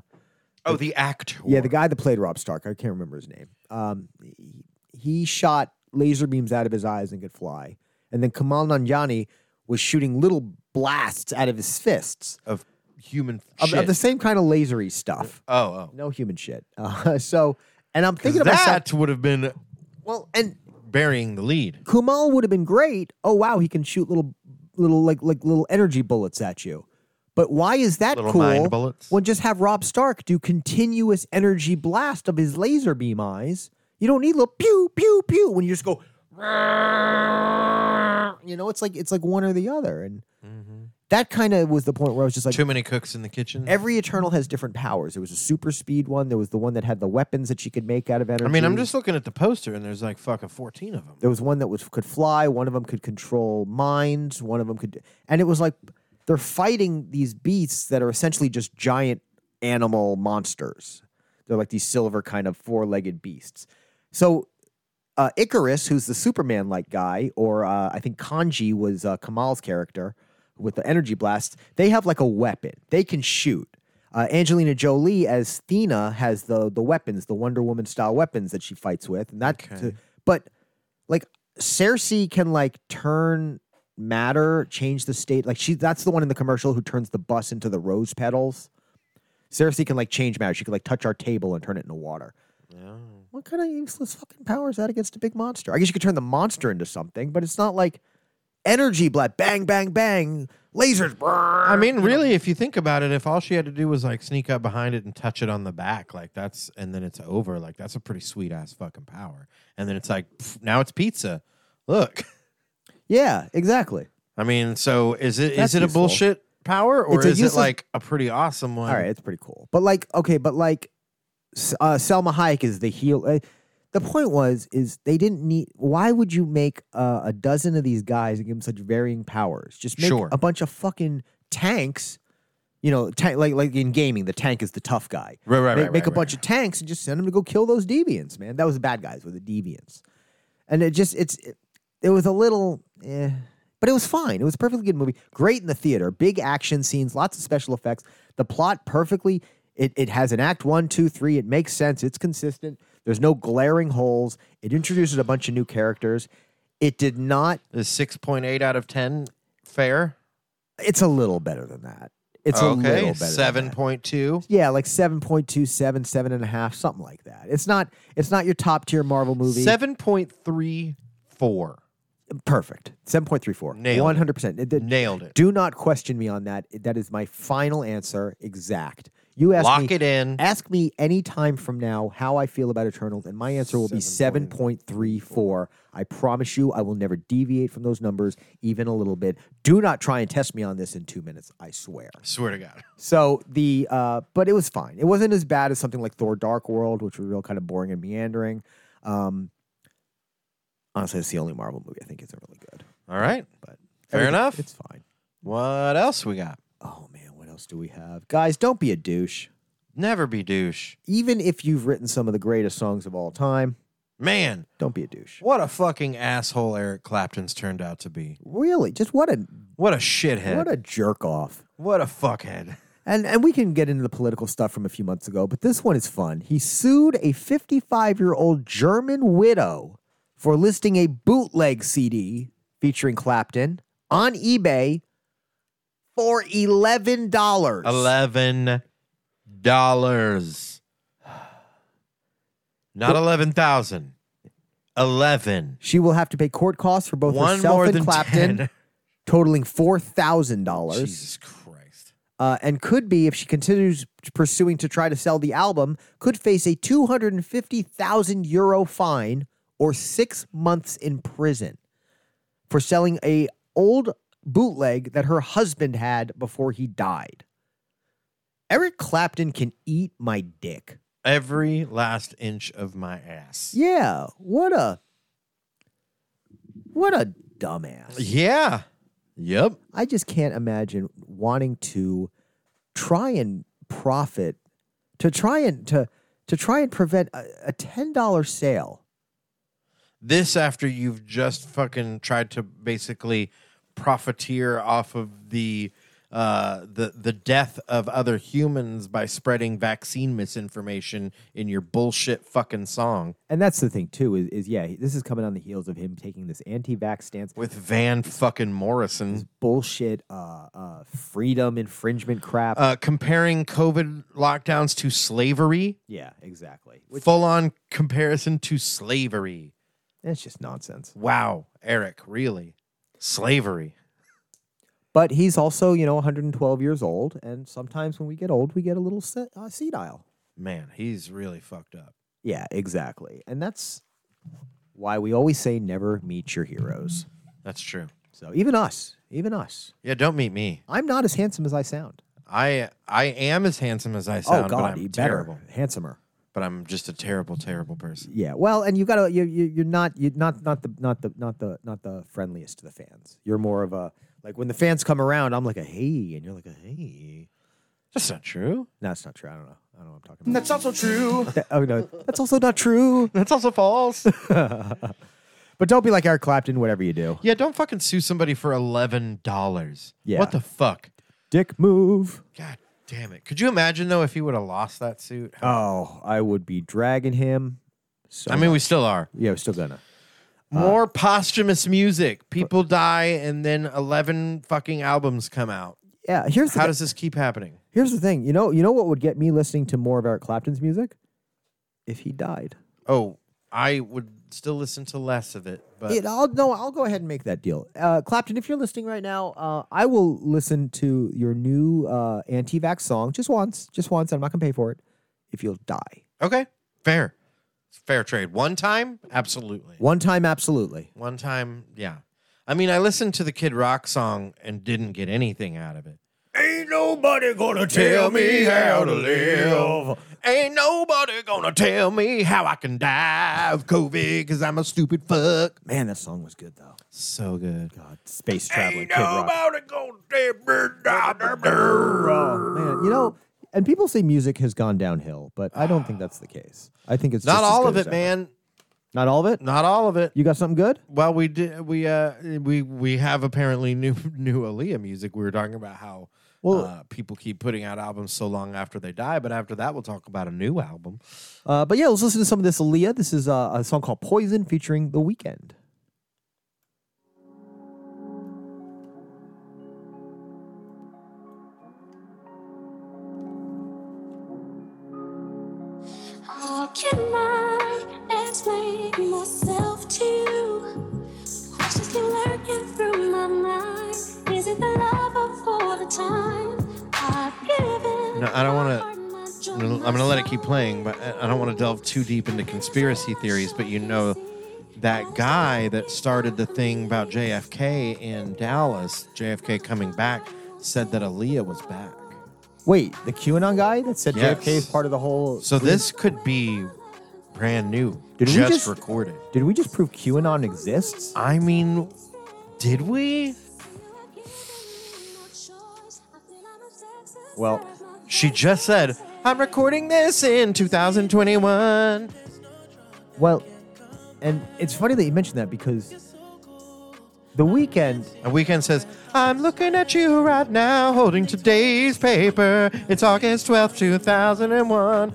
S1: oh, the actor.
S2: yeah, the guy that played Rob Stark, I can't remember his name. Um, he, he shot laser beams out of his eyes and could fly, and then Kamal Nanjiani was shooting little blasts out of his fists
S1: of human
S2: of,
S1: shit.
S2: of the same kind of lasery stuff.
S1: oh, oh.
S2: No human shit. Uh, so, and I'm thinking about
S1: that would have been
S2: well, and
S1: burying the lead.
S2: Kumal would have been great. Oh wow, he can shoot little little like like little energy bullets at you. But why is that
S1: Little
S2: cool?
S1: mind bullets.
S2: When just have Rob Stark do continuous energy blast of his laser beam eyes. You don't need little pew pew pew when you just go. You know, it's like it's like one or the other, and
S1: Mm-hmm.
S2: that kind of was the point where I was just like,
S1: Too many cooks in the kitchen.
S2: every Eternal has different powers. There was a super speed one. There was the one that had the weapons that she could make out of energy.
S1: I mean, I'm just looking at the poster, and there's like fucking 14 of them.
S2: There was one that was could fly. One of them could control minds. One of them could, and it was like they're fighting these beasts that are essentially just giant animal monsters. They're like these silver kind of four-legged beasts. So uh, Icarus, who's the Superman-like guy, or uh, I think Kanji was uh, Kamal's character with the energy blast. They have like a weapon. They can shoot. Uh, Angelina Jolie as Thena has the the weapons, the Wonder Woman style weapons that she fights with, and that.
S1: Okay.
S2: but like Cersei can like turn matter, change the state. Like she, that's the one in the commercial who turns the bus into the rose petals. Cersei can like change matter. She could like touch our table and turn it into water. What kind of useless fucking power is that against a big monster? I guess you could turn the monster into something, but it's not like energy blast, bang, bang, bang, lasers. brrrr.
S1: I mean, really, if you think about it, if all she had to do was like sneak up behind it and touch it on the back, like that's, and then it's over. Like that's a pretty sweet ass fucking power. And then it's like pff, now it's pizza. Look,
S2: Yeah, exactly.
S1: I mean, so is it is
S2: That's
S1: it a
S2: useful.
S1: bullshit power or
S2: It's a
S1: is
S2: useless-
S1: it like a pretty awesome one?
S2: All right, it's pretty cool. But like, okay, but like, S- uh, Selma Hayek is the heel. Uh, the point was, is they didn't need. Why would you make uh, a dozen of these guys and give them such varying powers? Just make
S1: Sure.
S2: a bunch of fucking tanks. You know, ta- like like in gaming, the tank is the tough guy.
S1: Right, right,
S2: make,
S1: right,
S2: make
S1: right,
S2: a bunch of tanks and just send them to go kill those deviants, man. That was the bad guys were the deviants, and it just it's it, it was a little, eh, but it was fine. It was a perfectly good movie, great in the theater, big action scenes, lots of special effects. The plot perfectly. It it has an act one, two, three. It makes sense. It's consistent. There's no glaring holes. It introduces a bunch of new characters. It did not
S1: Is 6.8 out of 10 fair?
S2: It's a little better than that. It's a little
S1: okay.
S2: better. Seven.
S1: 7.2.
S2: yeah, like 7.27, seven and a half, something like that. It's not it's not your top tier Marvel movie.
S1: 7.34.
S2: Perfect. 7.34.
S1: Nailed it.
S2: 100%. It did-
S1: Nailed it.
S2: Do not question me on that. That is my final answer. Exact. You ask
S1: Lock
S2: me
S1: it in.
S2: Ask me any time from now how I feel about Eternals, and my answer will be 7.34. I promise you, I will never deviate from those numbers, even a little bit. Do not try and test me on this in two minutes. I swear.
S1: Swear to God.
S2: So the uh, but it was fine. It wasn't as bad as something like Thor: Dark World, which was real kind of boring and meandering. Um, honestly, it's the only Marvel movie I think isn't really good.
S1: All right.
S2: But
S1: Fair
S2: everything-
S1: enough.
S2: It's fine.
S1: What else we got?
S2: Oh man, what else do we have, guys? Don't be a douche.
S1: Never be douche.
S2: Even if you've written some of the greatest songs of all time,
S1: Man,
S2: don't be a douche.
S1: what a fucking asshole Eric Clapton's turned out to be.
S2: Really, just what a
S1: What a shithead.
S2: what a jerk off.
S1: what a fuckhead.
S2: And and we can get into the political stuff from a few months ago, but this one is fun. He sued a 55-year-old German widow for listing a bootleg CD featuring Clapton on eBay for $11.
S1: Eleven dollars. Not eleven thousand. Eleven.
S2: She will have to pay court costs for both
S1: One
S2: herself
S1: more
S2: and
S1: than
S2: Clapton,
S1: 10.
S2: totaling $4,000.
S1: Jesus Christ.
S2: uh, and could be, if she continues pursuing to try to sell the album, could face a 250,000 euro fine or six months in prison for selling a old bootleg that her husband had before he died. Eric Clapton can eat my dick.
S1: Every last inch of my ass.
S2: Yeah, what a what a dumbass.
S1: Yeah. Yep.
S2: I just can't imagine wanting to try and profit to try and to to try and prevent a, a ten dollar sale.
S1: This after you've just fucking tried to basically profiteer off of the uh, the the death of other humans by spreading vaccine misinformation in your bullshit fucking song
S2: And that's the thing too is, is yeah, this is coming on the heels of him taking this anti-vax stance,
S1: with Van fucking Morrison.
S2: bullshit, uh, uh, freedom infringement crap.
S1: Uh, comparing COVID lockdowns to slavery,
S2: yeah, exactly. Which
S1: full on comparison to slavery.
S2: that's just nonsense.
S1: Wow, Eric, really? Slavery.
S2: But he's also, you know, 112 years old, and sometimes when we get old, we get a little se- uh, senile.
S1: Man, he's really fucked up.
S2: Yeah, exactly. And that's why we always say never meet your heroes.
S1: That's true.
S2: So even us, even us,
S1: Yeah, don't meet me.
S2: I'm not as handsome as I sound.
S1: I I am as handsome as I sound,
S2: oh
S1: but
S2: God,
S1: I'm
S2: you better,
S1: terrible.
S2: handsomer.
S1: But I'm just a terrible, terrible person.
S2: Yeah. Well, and you gotta you, you you're not you not not the not the not the not the friendliest to the fans. You're more of a like when the fans come around, I'm like a hey, and you're like a hey.
S1: That's not true.
S2: No, that's not true. I don't know. I don't know what I'm talking about.
S3: That's also true.
S2: That- oh no, that's also not true.
S1: That's also false.
S2: But don't be like Eric Clapton. Whatever you do,
S1: yeah, don't fucking sue somebody for eleven dollars.
S2: Yeah.
S1: What the fuck?
S2: dick move.
S1: God damn it. Could you imagine though if he would have lost that suit?
S2: Oh, I would be dragging him. So
S1: I mean, we still are.
S2: yeah, we're still gonna. Uh.
S1: More posthumous music. People die and then 11 fucking albums come out.
S2: Yeah. Here's the
S1: How
S2: thi-
S1: does this keep happening?
S2: here's the thing. You know you know what would get me listening to more of Eric Clapton's music? If he died.
S1: Oh, I would still listen to less of it, but
S2: It- I'll no, I'll go ahead and make that deal. Uh, Clapton, if you're listening right now, uh, I will listen to your new uh, anti-vax song just once, just once. I'm not gonna pay for it. If you'll die
S1: okay, fair. It's fair trade. One time, absolutely.
S2: one time, absolutely.
S1: One time, yeah. I mean, I listened to the Kid Rock song and didn't get anything out of it. Ain't nobody gonna tell me how to live. Ain't nobody gonna tell me how I can die of COVID because I'm a stupid fuck.
S2: Man, that song was good though.
S1: So good.
S2: God, space traveling, Kid Rock.
S1: gonna tell me how to
S2: Oh man, you know, and people say music has gone downhill, but I don't think that's the case. I think it's
S1: Not
S2: just as
S1: all
S2: good
S1: of
S2: as
S1: it,
S2: ever.
S1: man.
S2: Not all of it.
S1: Not all of it.
S2: You got something good?
S1: Well, we did. We uh, we we have apparently new new Aaliyah music. We were talking about how
S2: Well-
S1: uh, people keep putting out albums so long after they die, but after that, we'll talk about a new album.
S2: Uh, but yeah, let's listen to some of this Aaliyah. This is uh, a song called Poison featuring The Weeknd.
S4: How can I explain myself to you? Questions keep lurking through my mind. Is it the love of all the time? I've given.
S1: No, I don't wanna-
S4: my heart, my joy,
S1: I'm gonna, I'm
S4: my
S1: gonna let it keep
S4: soul.
S1: playing, but I I don't want to delve too deep into conspiracy theories. But you know, that guy that started the thing about JFK in Dallas, JFK coming back, said that Aaliyah was back.
S2: Wait, the QAnon guy that said
S1: Yes.
S2: JFK is part of the whole.
S1: So this could be brand new,
S2: Did we
S1: just,
S2: just-
S1: recorded.
S2: Did we just prove QAnon exists?
S1: I mean, did we?
S2: Well,
S1: She just said, "I'm recording this in 2021."
S2: Well, and it's funny that you mentioned that because the weekend.
S1: And Weekend says, "I'm looking at you right now, holding today's paper. It's August 12th, 2001."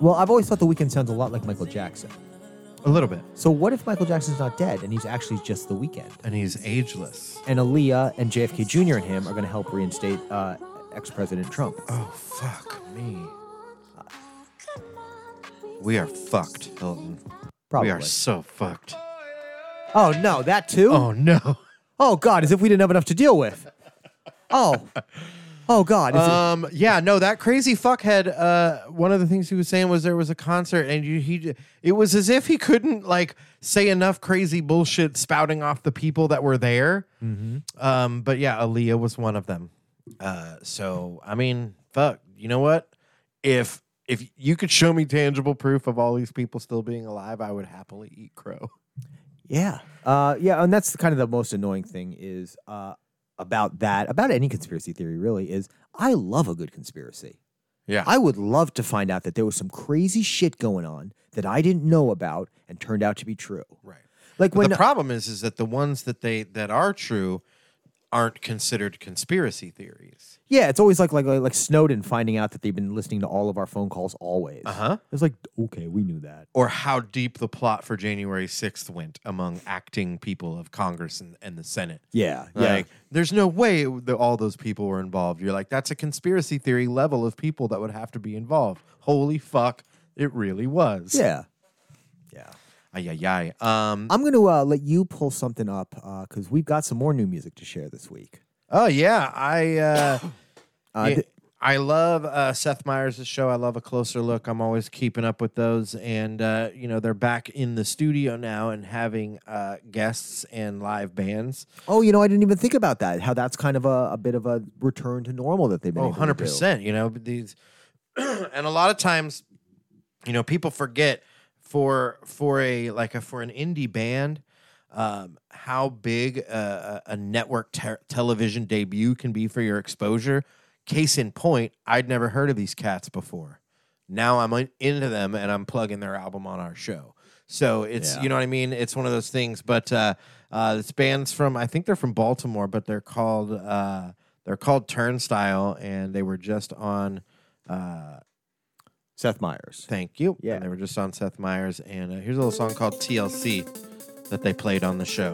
S2: Well, I've always thought the weekend sounds a lot like Michael Jackson.
S1: A little bit,
S2: So what if Michael Jackson's not dead and he's actually just the weekend?
S1: and he's ageless.
S2: And Aaliyah and JFK Jr. and him are going to help reinstate uh, ex-president Trump.
S1: Oh fuck me. We are fucked, Hilton.
S2: Probably.
S1: We are so fucked.
S2: oh no, that too.
S1: Oh no.
S2: Oh God, as if we didn't have enough to deal with. Oh, oh God. is it-
S1: Um. Yeah. No. That crazy fuckhead. Uh. One of the things he was saying was there was a concert, and you, he. It was as if he couldn't like say enough crazy bullshit, spouting off the people that were there. Um. But yeah, Aaliyah was one of them. Uh. So I mean, fuck. You know what? If if you could show me tangible proof of all these people still being alive, I would happily eat crow.
S2: Yeah. Uh, yeah, and that's kind of the most annoying thing is uh, about that, about any conspiracy theory really, is I love a good conspiracy.
S1: Yeah.
S2: I would love to find out that there was some crazy shit going on that I didn't know about and turned out to be true.
S1: right.
S2: Like
S1: But
S2: when uh,
S1: the problem is, is that the ones that they that are true aren't considered conspiracy theories.
S2: yeah, it's always like like like Snowden finding out that they've been listening to all of our phone calls always.
S1: Uh-huh.
S2: It's like okay, we knew that.
S1: or how deep the plot for January 6th went among acting people of Congress and, and the Senate.
S2: Yeah.
S1: Like, there's no way it- that all those people were involved. You're like, that's a conspiracy theory level of people that would have to be involved. Holy fuck, it really was.
S2: yeah. Yeah.
S1: Ay, ay, ay. Um,
S2: I'm going to uh, let you pull something up because we've got some more new music to share this week.
S1: oh, yeah. I. Uh,
S2: Uh,
S1: Yeah,
S2: th-
S1: I love uh, Seth Meyers' show. I love a closer look. I'm always keeping up with those, and uh, you know they're back in the studio now and having uh, guests and live bands.
S2: oh, you know, I didn't even think about that. How that's kind of a, a bit of a return to normal that they've been.
S1: Oh,
S2: able to do.
S1: 100 percent. You know but these, and a lot of times, you know, people forget for for a like a for an indie band, um, how big a, a a network ter- television debut can be for your exposure. Case in point, I'd never heard of these cats before. Now I'm in- into them and I'm plugging their album on our show. So it's
S2: Yeah.
S1: you know what I mean. It's one of those things. But uh, uh, this band's from I think they're from Baltimore, but they're called uh, they're called Turnstile, and they were just on. Uh,
S2: Seth Meyers.
S1: thank you.
S2: Yeah.
S1: and they were just on Seth Meyers, and uh, here's a little song called TLC that they played on the show.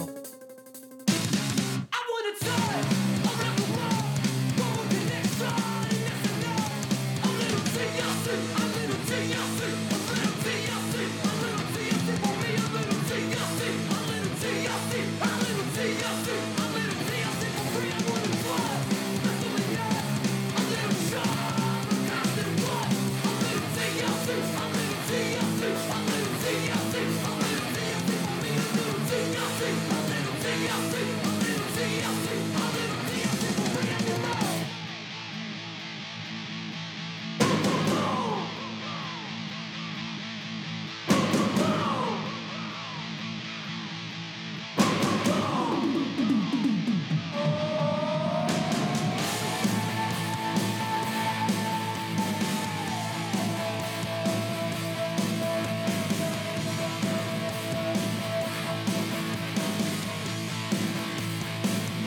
S5: I wanna die around the world, going the next time, and that's enough. A little TLC, a little TLC, a little TLC, a little TLC for me, a little TLC, a little TLC, a little TLC, a little TLC for free. I wanna fly, that's all I got. A little shot, a constant blood. A little TLC, a little TLC, a little TLC, a little TLC for me, a little TLC, a little TLC, a little TLC, a little TLC for free. I can fly.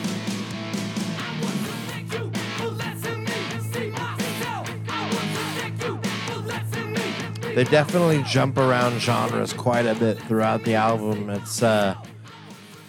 S5: I want to thank you for letting me see myself. I want to thank you for letting me be
S1: They definitely jump around genres quite a bit throughout the album. It's uh,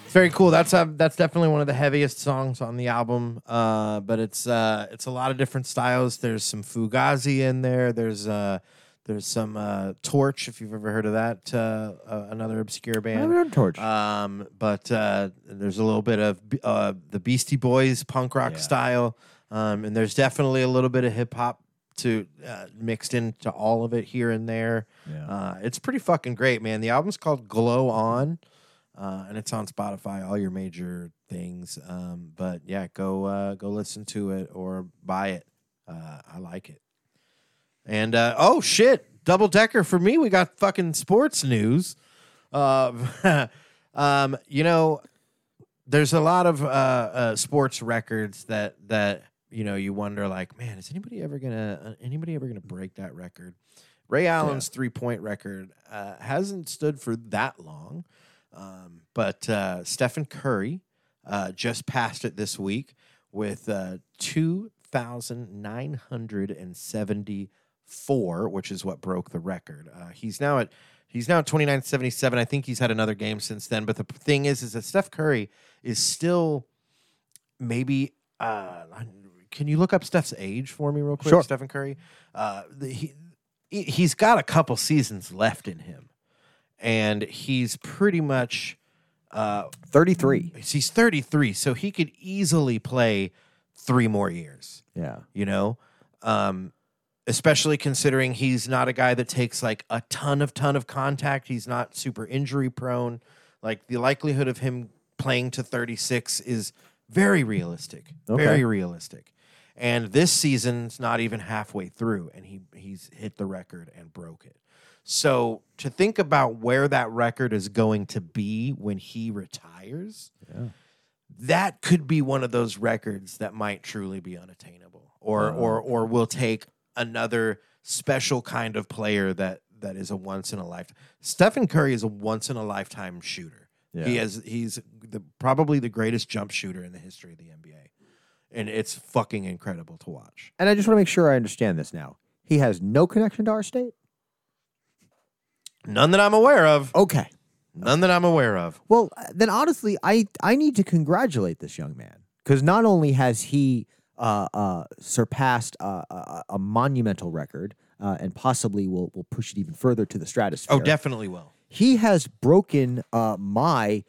S1: it's very cool. That's uh, that's definitely one of the heaviest songs on the album. Uh, but it's uh, it's a lot of different styles. There's some fugazi in there. There's uh, there's some uh, torch if you've ever heard of that. Uh, uh, another obscure
S2: I
S1: band.
S2: haven't heard Torch.
S1: Um, but uh, there's a little bit of uh, the Beastie Boys punk rock style, um, and there's definitely a little bit of hip hop to uh, mixed into all of it here and there. Uh, it's pretty fucking great, man. The album's called Glow On, uh, and it's on Spotify, all your major things. Um, but yeah, go uh, go listen to it or buy it. Uh, I like it. And uh, oh shit, double decker for me. We got fucking sports news. Uh, um, you know, there's a lot of uh, uh, sports records that that you know you wonder like, man, is anybody ever gonna uh, anybody ever gonna break that record? Ray Allen's three point record uh, hasn't stood for that long, um, but uh, Stephen Curry uh, just passed it this week with uh, 2,974, which is what broke the record. Uh, he's now at he's now at 2977. I think he's had another game since then. But the p- thing is, is that Steph Curry is still maybe. Uh, can you look up Steph's age for me real quick,
S2: Sure.
S1: Stephen Curry? Uh, the, he he- he's got a couple seasons left in him, and he's pretty much. Uh,
S2: 33.
S1: he's 33 so he could easily play three more years
S2: Yeah.
S1: you know um especially considering he's not a guy that takes like a ton of ton of contact he's not super injury prone like the likelihood of him playing to 36 is very realistic
S2: Okay.
S1: very realistic and this season's not even halfway through and he he's hit the record and broke it so to think about where that record is going to be when he retires that could be one of those records that might truly be unattainable
S2: Oh,
S1: or or or will take another special kind of player that that is a once in a lifetime. Stephen Curry is a once in a lifetime shooter. He
S2: Yeah.
S1: has he's the, probably the greatest jump shooter in the history of the NBA. And it's fucking incredible to watch.
S2: And I just want to make sure I understand this now. He has no connection to our state.
S1: None that I'm aware of.
S2: Oh, Okay.
S1: None that I'm aware of.
S2: Well, uh, then honestly, I I need to congratulate this young man because not only has he uh, uh, surpassed uh, a, a- a monumental record uh, and possibly will will push it even further to the stratosphere.
S1: Oh, definitely will.
S2: he has broken uh, my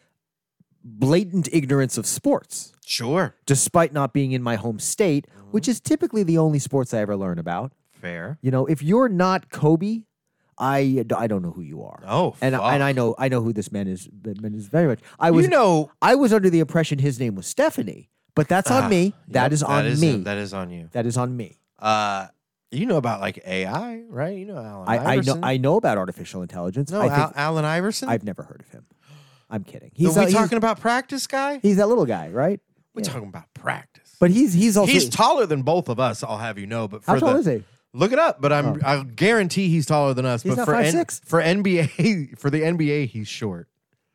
S2: blatant ignorance of sports,
S1: Sure.
S2: despite not being in my home state, which is typically the only sports I ever learn about.
S1: Fair.
S2: You know, if you're not Kobe, I, I don't know who you are.
S1: Oh,
S2: and
S1: fuck.
S2: and I know I know who this man is. Man is very much. I was
S1: you know,
S2: I was under the impression his name was Stephanie, but that's on
S1: Ah,
S2: me.
S1: yep,
S2: That is on me.
S1: That is on you.
S2: that is on me.
S1: Uh, you know about like AI, right? You know Alan.
S2: I, I know
S1: Oh, Iverson.
S2: I know about artificial intelligence.
S1: No,
S2: I
S1: Al- Alan Iverson.
S2: I've never heard of him. I'm kidding.
S1: Are
S2: He's,
S1: we
S2: a- he's-
S1: talking about practice guy?
S2: he's that little guy, right?
S1: We're
S2: yeah.
S1: talking about practice.
S2: But he's he's also
S1: he's taller than both of us. I'll have you know. But for
S2: how tall
S1: the,
S2: is he? Oh.
S1: Look it up. But I'm I guarantee he's taller than us.
S2: He's
S1: but
S2: not
S1: for
S2: 5'6"?
S1: for NBA for the NBA he's short.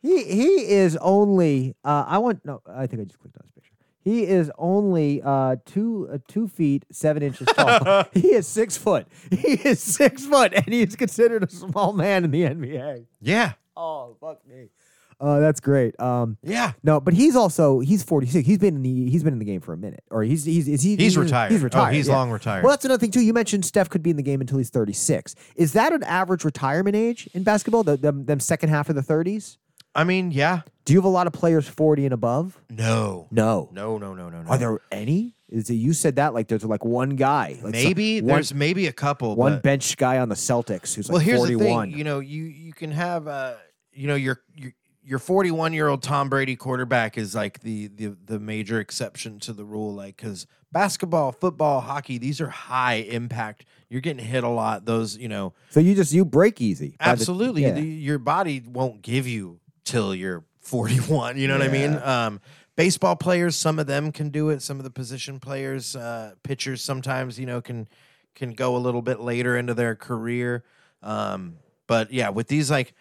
S2: He he is only uh, I want no. I think I just clicked on his picture. He is only uh, two uh, two feet seven inches tall. he is six foot. He is six foot, and he is considered a small man in the NBA.
S1: Yeah.
S2: Oh fuck me. Uh, that's great. Um,
S1: Yeah.
S2: no, but he's also he's forty six. He's been in the he's been in the game for a minute, or he's he's is he,
S1: He's retired.
S2: He's retired.
S1: Oh, he's
S2: yeah.
S1: long retired.
S2: Well, that's another thing too. You mentioned Steph could be in the game until he's thirty six. Is that an average retirement age in basketball? The, them, them second half of the thirties.
S1: I mean, yeah.
S2: Do you have a lot of players forty and above?
S1: No.
S2: No.
S1: No. No. No. No. no.
S2: Are there any? Is it, you said that like there's like one guy. Like so-
S1: maybe
S2: one,
S1: there's maybe a couple.
S2: one
S1: but-
S2: bench guy on the Celtics who's like
S1: well, here's
S2: forty
S1: the
S2: one.
S1: thing. You know, you you can have uh, you know, your your your 41 year old Tom Brady quarterback is like the the the major exception to the rule, like because basketball, football, hockey, these are high impact. You're getting hit a lot. Those, you know,
S2: so you just you break easy. by the-
S1: absolutely,
S2: yeah.
S1: the- your body won't give you till you're 41. You know what I mean? Um, baseball players, some of them can do it. Some of the position players, uh, pitchers, sometimes you know can can go a little bit later into their career. Um, but yeah, with these like.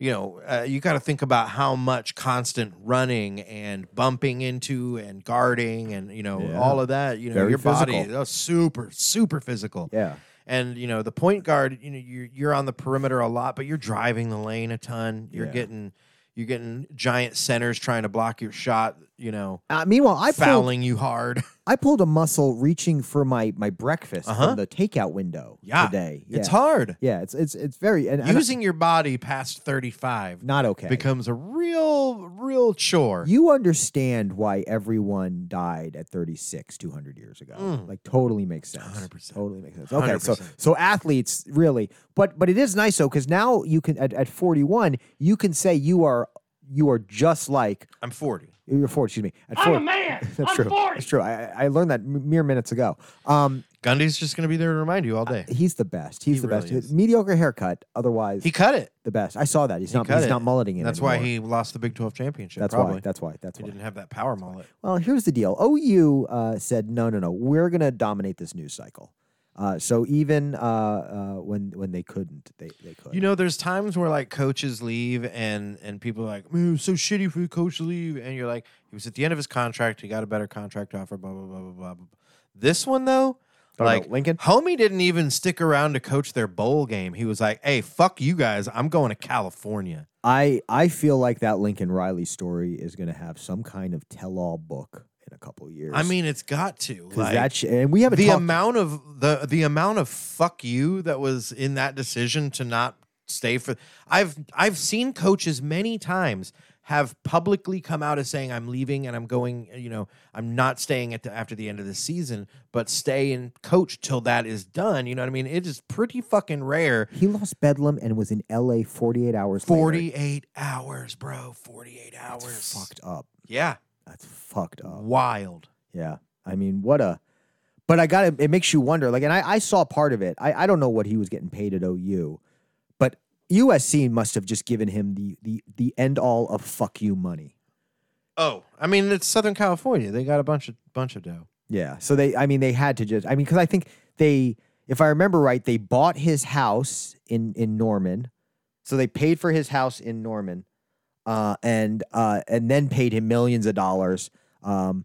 S1: You know, uh, you got to think about how much constant running and bumping into and guarding and you know
S2: Yeah.
S1: all of that. You know,
S2: Very
S1: your body
S2: physical.
S1: oh, super super physical
S2: yeah.
S1: and you know the point guard you know you're, you're on the perimeter a lot but you're driving the lane a ton you're
S2: Yeah.
S1: getting you're getting giant centers trying to block your shot you know
S2: Uh, meanwhile, I pulled,
S1: fouling you hard
S2: I pulled a muscle reaching for my my breakfast
S1: Uh-huh.
S2: from the takeout window
S1: Yeah.
S2: today.
S1: it's
S2: Yeah.
S1: hard
S2: Yeah, it's it's it's very and, and
S1: using your body past 35
S2: not okay.
S1: becomes a real real chore
S2: you understand why everyone died at 36 200 years ago.
S1: Mm.
S2: Like totally makes sense.
S1: 100%.
S2: Totally makes sense. Okay, so
S1: 100%.
S2: so athletes really, but but it is nice though cuz now you can at, at 41, you can say you are you are just like
S1: i'm 40
S2: you're 40, excuse me. At
S3: I'm a
S2: 40.
S3: man.
S2: That's
S3: I'm
S2: true.
S3: 40.
S2: That's true. I, I I learned that m- mere minutes ago. Um,
S1: gundy's just going to be there to remind you all day
S2: He's the best. He's the best.
S1: really is.
S2: Mediocre haircut, otherwise
S1: he cut it
S2: the best. I saw that. He's not
S1: cut
S2: he's
S1: it.
S2: not mulleting it.
S1: that's why
S2: anymore.
S1: he lost the big 12 championship
S2: That's
S1: probably
S2: why. That's why. That's
S1: he
S2: why.
S1: didn't have that power mullet
S2: Well, here's the deal. OU uh, said no, no, no. We're going to dominate this news cycle. Uh, so even uh, uh, when when they couldn't, they they could.
S1: You know, there's times where like coaches leave and and people are like, man, it was so shitty for your coach to leave. And you're like, he was at the end of his contract, he got a better contract offer, blah, blah, blah, blah, blah, blah. This one though,
S2: Talking about
S1: like
S2: Lincoln?
S1: homie didn't even stick around to coach their bowl game. He was like, Hey, fuck you guys, I'm going to California.
S2: I I feel like that Lincoln Riley story is going to have some kind of tell-all book in a couple years.
S1: I mean, it's got to.
S2: 'Cause
S1: Like,
S2: that sh- and we haven't
S1: the
S2: talked-
S1: amount of the the amount of fuck you that was in that decision to not stay for I've I've seen coaches many times have publicly come out as saying I'm leaving and I'm going you know I'm not staying at the after the end of the season but stay and coach till that is done you know what I mean it is pretty fucking rare
S2: He lost Bedlam and was in L.A. 48 hours. later.
S1: 48 hours bro 48 hours
S2: That's fucked up.
S1: yeah
S2: That's fucked
S1: Uh,
S2: up.
S1: wild
S2: Yeah. I mean, what a. But I got to It makes you wonder. Like, and I, I saw part of it. I, I don't know what he was getting paid at OU, but USC must have just given him the the the end all of fuck you money.
S1: oh I mean it's Southern California they got a bunch of bunch of dough
S2: Yeah. So they. I mean, they had to just. I mean, because I think they, if I remember right, they bought his house in in Norman, so they paid for his house in Norman, uh, and uh, and then paid him millions of dollars. Um,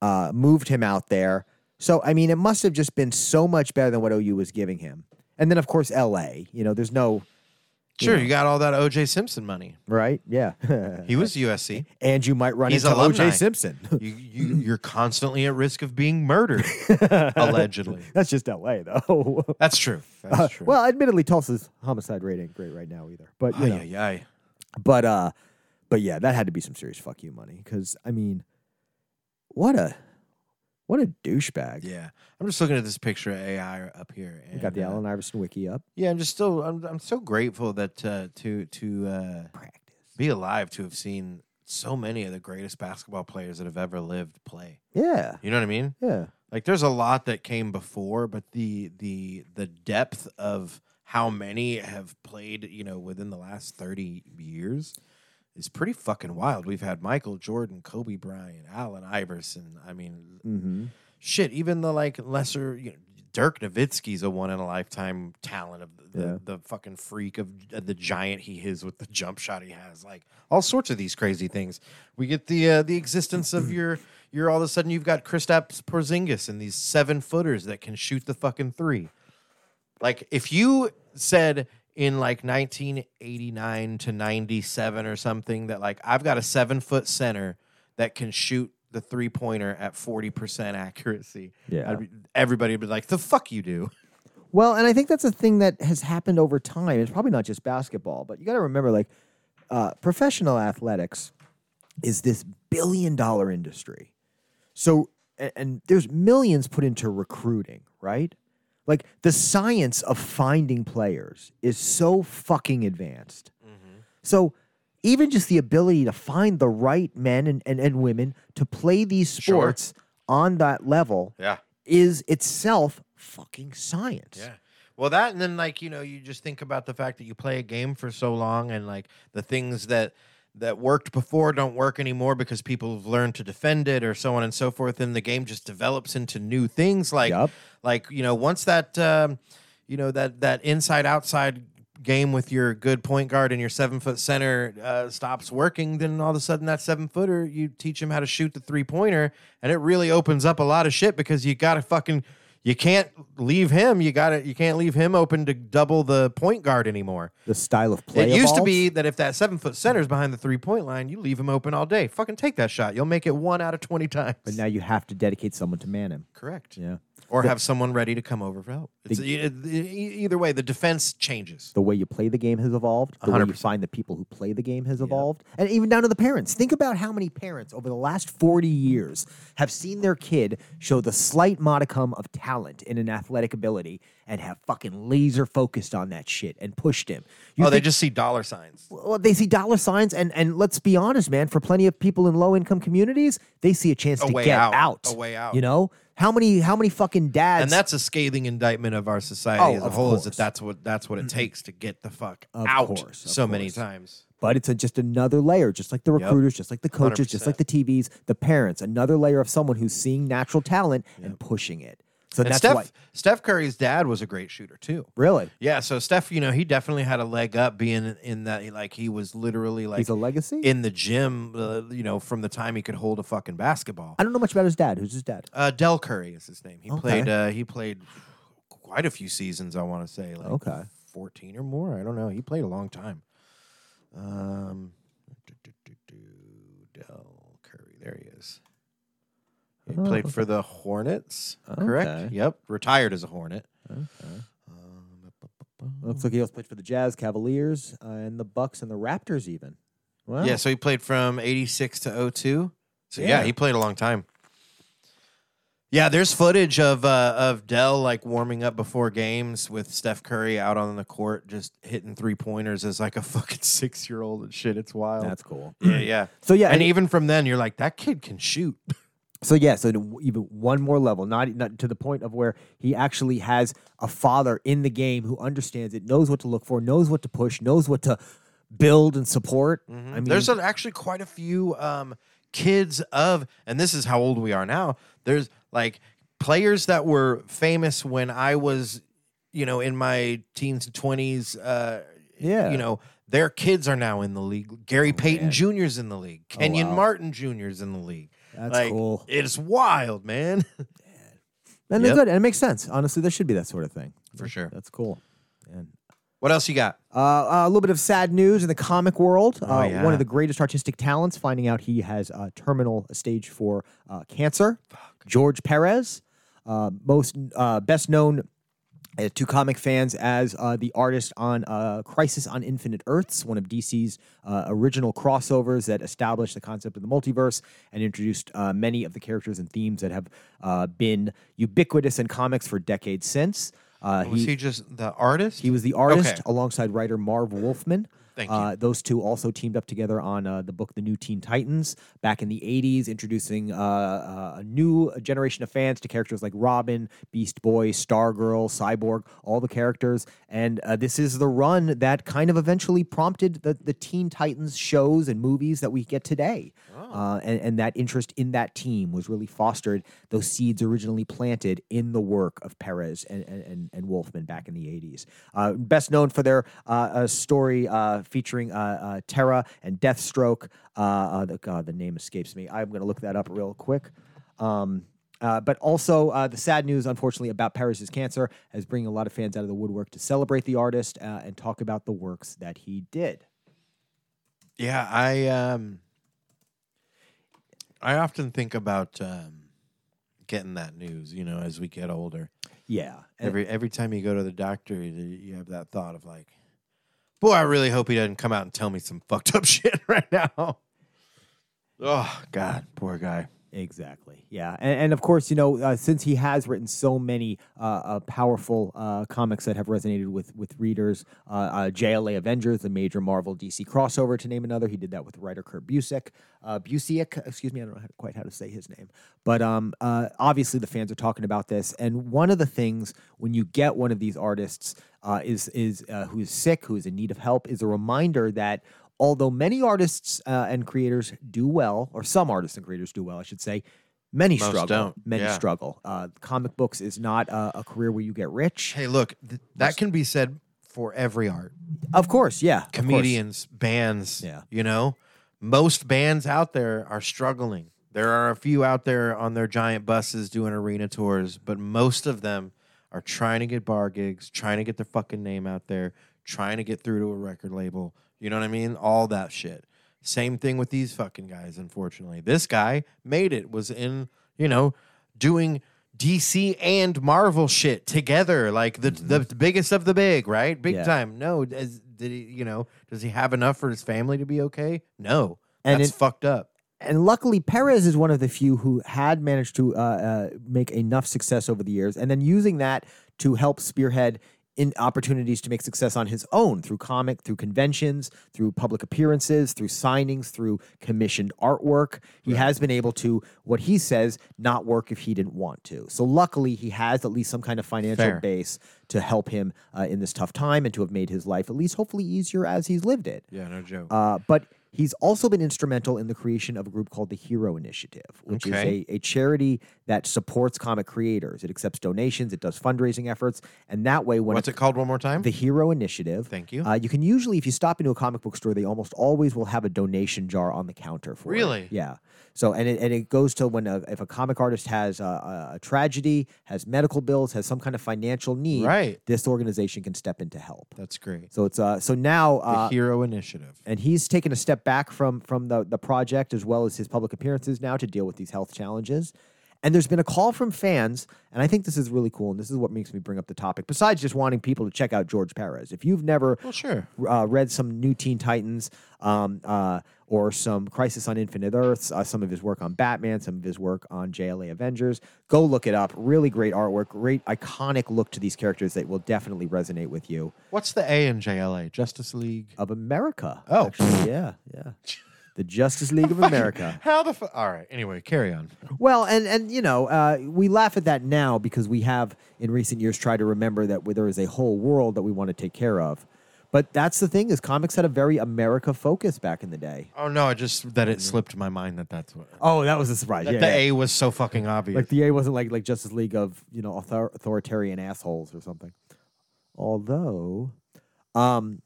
S2: uh, moved him out there. So I mean, it must have just been so much better than what OU was giving him. And then of course LA. You know, there's no
S1: Sure, you got all that OJ Simpson money.
S2: right? Yeah.
S1: He was USC.
S2: and you might run
S1: He's
S2: into
S1: alumni.
S2: OJ Simpson.
S1: You, you you're constantly at risk of being murdered, allegedly.
S2: That's just LA though.
S1: That's true. That's
S2: Uh,
S1: true.
S2: well, admittedly, Tulsa's homicide rate ain't great right now either. But you
S1: Ay, ay,
S2: know,
S1: ay.
S2: but uh, but yeah, that had to be some serious fuck you money because I mean, what a what a douchebag.
S1: yeah. I'm just looking at this picture of AI up here.
S2: We
S1: And,
S2: got the
S1: uh,
S2: Allen Iverson wiki up.
S1: Yeah, I'm just still. I'm I'm so grateful that uh, to to uh,
S2: Practice.
S1: be alive to have seen so many of the greatest basketball players that have ever lived play.
S2: Yeah,
S1: You know what I mean?
S2: yeah,
S1: Like there's a lot that came before, but the the the depth of how many have played, you know, within the last 30 years is pretty fucking wild. We've had Michael Jordan, Kobe Bryant, Allen Iverson. I mean,
S2: mm-hmm.
S1: shit, even the like lesser, you know, Dirk Nowitzki's a one in a lifetime talent of the,
S2: Yeah.
S1: the fucking freak of uh, the giant he is with the jump shot he has, like all sorts of these crazy things. We get the uh, the existence of your you're all of a sudden you've got Kristaps Porzingis and these seven footers that can shoot the fucking three. Like if you said in like 1989 to 97 or something that like I've got a seven foot center that can shoot the three pointer at 40% accuracy.
S2: Yeah.
S1: I'd be, everybody would be like, the fuck you do.
S2: Well, and I think that's a thing that has happened over time. It's probably not just basketball, but you got to remember, like, uh, professional athletics is this billion-dollar industry. So, and, and there's millions put into recruiting, right? Like the science of finding players is so fucking advanced.
S1: Mm-hmm.
S2: So, even just the ability to find the right men and, and, and women to play these
S1: Sure.
S2: sports on that level
S1: Yeah.
S2: is itself fucking science.
S1: Yeah. Well, that and then like you know you just think about the fact that you play a game for so long and like the things that that worked before don't work anymore because people have learned to defend it or so on and so forth and the game just develops into new things like
S2: Yup.
S1: like you know once that um, you know that that inside outside game with your good point guard and your seven foot center uh, stops working then all of a sudden that seven footer you teach him how to shoot the three pointer and it really opens up a lot of shit because you gotta fucking you can't leave him you gotta you can't leave him open to double the point guard anymore
S2: The style of play.
S1: it used to
S2: evolves.
S1: be that if that seven foot center is behind the three point line you leave him open all day fucking take that shot you'll make it one out of 20 times
S2: But now you have to dedicate someone to man him.
S1: correct
S2: Yeah.
S1: or have someone ready to come over for help. It's, e- e- either way, the defense changes.
S2: The way you play the game has evolved. The way you
S1: 100%.
S2: find the people who play the game has evolved. And even down to the parents. Think about how many parents over the last 40 years have seen their kid show the slight modicum of talent in an athletic ability and have fucking laser focused on that shit and pushed him. You
S1: oh, they
S2: think-
S1: just see dollar signs.
S2: well, they see dollar signs and and let's be honest, man. For plenty of people in low income communities, they see a chance
S1: A
S2: to
S1: way
S2: get
S1: out.
S2: out,
S1: A way out.
S2: You know how many how many fucking dads
S1: And that's a scathing indictment of our society
S2: Oh,
S1: as a
S2: of
S1: whole. Is that
S2: course.
S1: that's what that's what it takes to get the fuck
S2: Of
S1: out
S2: course, of
S1: so many
S2: course.
S1: times.
S2: but it's a, just another layer, just like the recruiters, just like the coaches, just like the TVs, the parents, another layer of someone who's seeing natural talent and pushing it. So
S1: And
S2: that's
S1: Steph
S2: why,
S1: Steph Curry's dad was a great shooter too.
S2: really,
S1: Yeah, so Steph, you know, he definitely had a leg up being in that like he was literally like
S2: he's a legacy.
S1: in the gym, uh, you know, from the time he could hold a fucking basketball.
S2: I don't know much about his dad. Who's his dad?
S1: Uh, Del Curry is his name. He
S2: Okay.
S1: played. Uh, he played quite a few seasons. I want to say like
S2: Okay.
S1: fourteen or more. I don't know. He played a long time. Um, Del Curry. There he is. He played for the Hornets. Correct.
S2: Oh, Okay.
S1: Yep. Retired as a Hornet. Um,
S2: Looks like he also played for the Jazz, Cavaliers, uh, and the Bucks, and the Raptors, even. Wow.
S1: Yeah. So he played from eighty six to 02. So yeah.
S2: Yeah.
S1: he played a long time. Yeah, there's footage of uh, of Dell like warming up before games with Steph Curry out on the court, just hitting three pointers as like a fucking six year old and shit. It's wild.
S2: that's cool.
S1: yeah, yeah.
S2: So yeah,
S1: and
S2: it-
S1: even from then, you're like, that kid can shoot.
S2: So yeah, so to- even one more level, not, not to the point of where he actually has a father in the game who understands it, knows what to look for, knows what to push, knows what to build and support. I mean,
S1: Mm-hmm. there's a, actually quite a few um, kids of, and this is how old we are now. There's like players that were famous when I was, you know, in my teens and twenties. Uh,
S2: Yeah. Oh,
S1: you know, their kids are now in the league. Gary Payton Jr.'s in the league. Kenyon
S2: wow.
S1: Martin Jr.'s in the league.
S2: That's
S1: Like,
S2: cool.
S1: It's wild, man.
S2: and they're
S1: Yep.
S2: good, and it makes sense. Honestly, there should be that sort of thing.
S1: For sure.
S2: That's cool. And
S1: What else you got?
S2: Uh, a little bit of sad news in the comic world. uh,
S1: Oh, yeah.
S2: One of the greatest artistic talents finding out he has uh, terminal stage four uh, cancer. George Perez, uh, most uh, best known uh, to comic fans as uh, the artist on uh, Crisis on Infinite Earths, one of DC's uh, original crossovers that established the concept of the multiverse and introduced uh, many of the characters and themes that have uh, been ubiquitous in comics for decades since. Uh,
S1: Was he, just the artist?
S2: he was the artist
S1: Okay.
S2: alongside writer Marv Wolfman.
S1: Thank you.
S2: Uh, those two also teamed up together on uh, the book The New Teen Titans back in the 80s, introducing uh, uh, a new generation of fans to characters like Robin, Beast Boy, Stargirl, Cyborg, all the characters. And uh, this is the run that kind of eventually prompted the, the Teen Titans shows and movies that we get today. Uh, and, and that interest in that team was really fostered, those seeds originally planted in the work of Perez and, and, and, and Wolfman back in the 80s. Uh, best known for their uh, uh, story uh, featuring uh, uh, Terra and Deathstroke. Uh, uh, the, God, the name escapes me. I'm going to look that up real quick. Um, uh, but also, uh, the sad news, unfortunately, about Perez's cancer is bringing a lot of fans out of the woodwork to celebrate the artist uh, and talk about the works that he did.
S1: Yeah, I um I often think about um getting that news, you know, as we get older.
S2: Yeah. And-
S1: Every every time you go to the doctor, you, you have that thought of like, boy, I really hope he doesn't come out and tell me some fucked up shit right now. Oh god, poor guy.
S2: Exactly. Yeah, and, and of course, you know, uh, since he has written so many uh, uh, powerful uh, comics that have resonated with with readers, uh, uh, JLA Avengers, the major Marvel DC crossover, to name another, he did that with writer Kurt Busiek. Uh, Busiek, excuse me, I don't know how to- quite how to say his name, but um, uh, obviously the fans are talking about this, and one of the things when you get one of these artists uh, is is uh, who is sick, who is in need of help, is a reminder that although many artists uh, and creators do well, or some artists and creators do well, I should say, many
S1: Most
S2: struggle.
S1: don't,
S2: Many
S1: yeah.
S2: struggle. Uh, comic books is not uh, a career where you get rich.
S1: Hey, look, th- that can be said for every art.
S2: Of course, yeah. of course.
S1: Comedians, bands,
S2: Yeah.
S1: you know, most bands out there are struggling. There are a few out there on their giant buses doing arena tours, but most of them are trying to get bar gigs, trying to get their fucking name out there, trying to get through to a record label. You know what I mean? All that shit. Same thing with these fucking guys, unfortunately. This guy made it, was in, you know, doing DC and Marvel shit together, like the the biggest of the big, right? Big
S2: Mm-hmm. Yeah.
S1: time. No, as, did he, you know, does he have enough for his family to be okay? No.
S2: And
S1: That's
S2: it-
S1: fucked up.
S2: and luckily Perez is one of the few who had managed to uh, uh, make enough success over the years, and then using that to help spearhead in opportunities to make success on his own through comic, through conventions, through public appearances, through signings, through commissioned artwork. He has been able to, what he says, not work if he didn't want to. So luckily, he has at least some kind of financial
S1: Fair.
S2: base to help him uh, in this tough time and to have made his life at least hopefully easier as he's lived it.
S1: Yeah, no joke.
S2: Uh, but he's also been instrumental in the creation of a group called the Hero Initiative, which
S1: Okay.
S2: is a, a charity that supports comic creators. It accepts donations, it does fundraising efforts, and that way, when
S1: What's
S2: a-
S1: it called one more time?
S2: the Hero Initiative.
S1: Thank you.
S2: Uh, you can usually, if you stop into a comic book store, they almost always will have a donation jar on the counter for it.
S1: Really?
S2: Yeah. So and it, and it goes to when a, if a comic artist has a, a, a tragedy, has medical bills, has some kind of financial need,
S1: Right.
S2: This organization can step in to help.
S1: That's great.
S2: So it's uh so now
S1: The
S2: uh,
S1: Hero Initiative.
S2: and he's taken a step back from from the the project as well as his public appearances now to deal with these health challenges. And there's been a call from fans, and I think this is really cool, and this is what makes me bring up the topic. Besides just wanting people to check out George Perez, if you've never
S1: Well, sure.
S2: uh, read some new Teen Titans um, uh, or some Crisis on Infinite Earths, uh, some of his work on Batman, some of his work on JLA Avengers. Go look it up. Really great artwork, great iconic look to these characters that will definitely resonate with you.
S1: What's the A in JLA? Justice League.
S2: of America.
S1: Oh.
S2: actually. yeah, yeah. The Justice League of America.
S1: How the fu- All right. Anyway, carry on.
S2: Well, and and you know, uh, we laugh at that now because we have in recent years tried to remember that there is a whole world that we want to take care of. But that's the thing is comics had a very America focus back in the day.
S1: Oh no, I just that it slipped my mind that that's what
S2: Oh, that was a surprise.
S1: that the A was so fucking obvious.
S2: Like the A wasn't like like Justice League of you know author- authoritarian assholes or something. Although, um,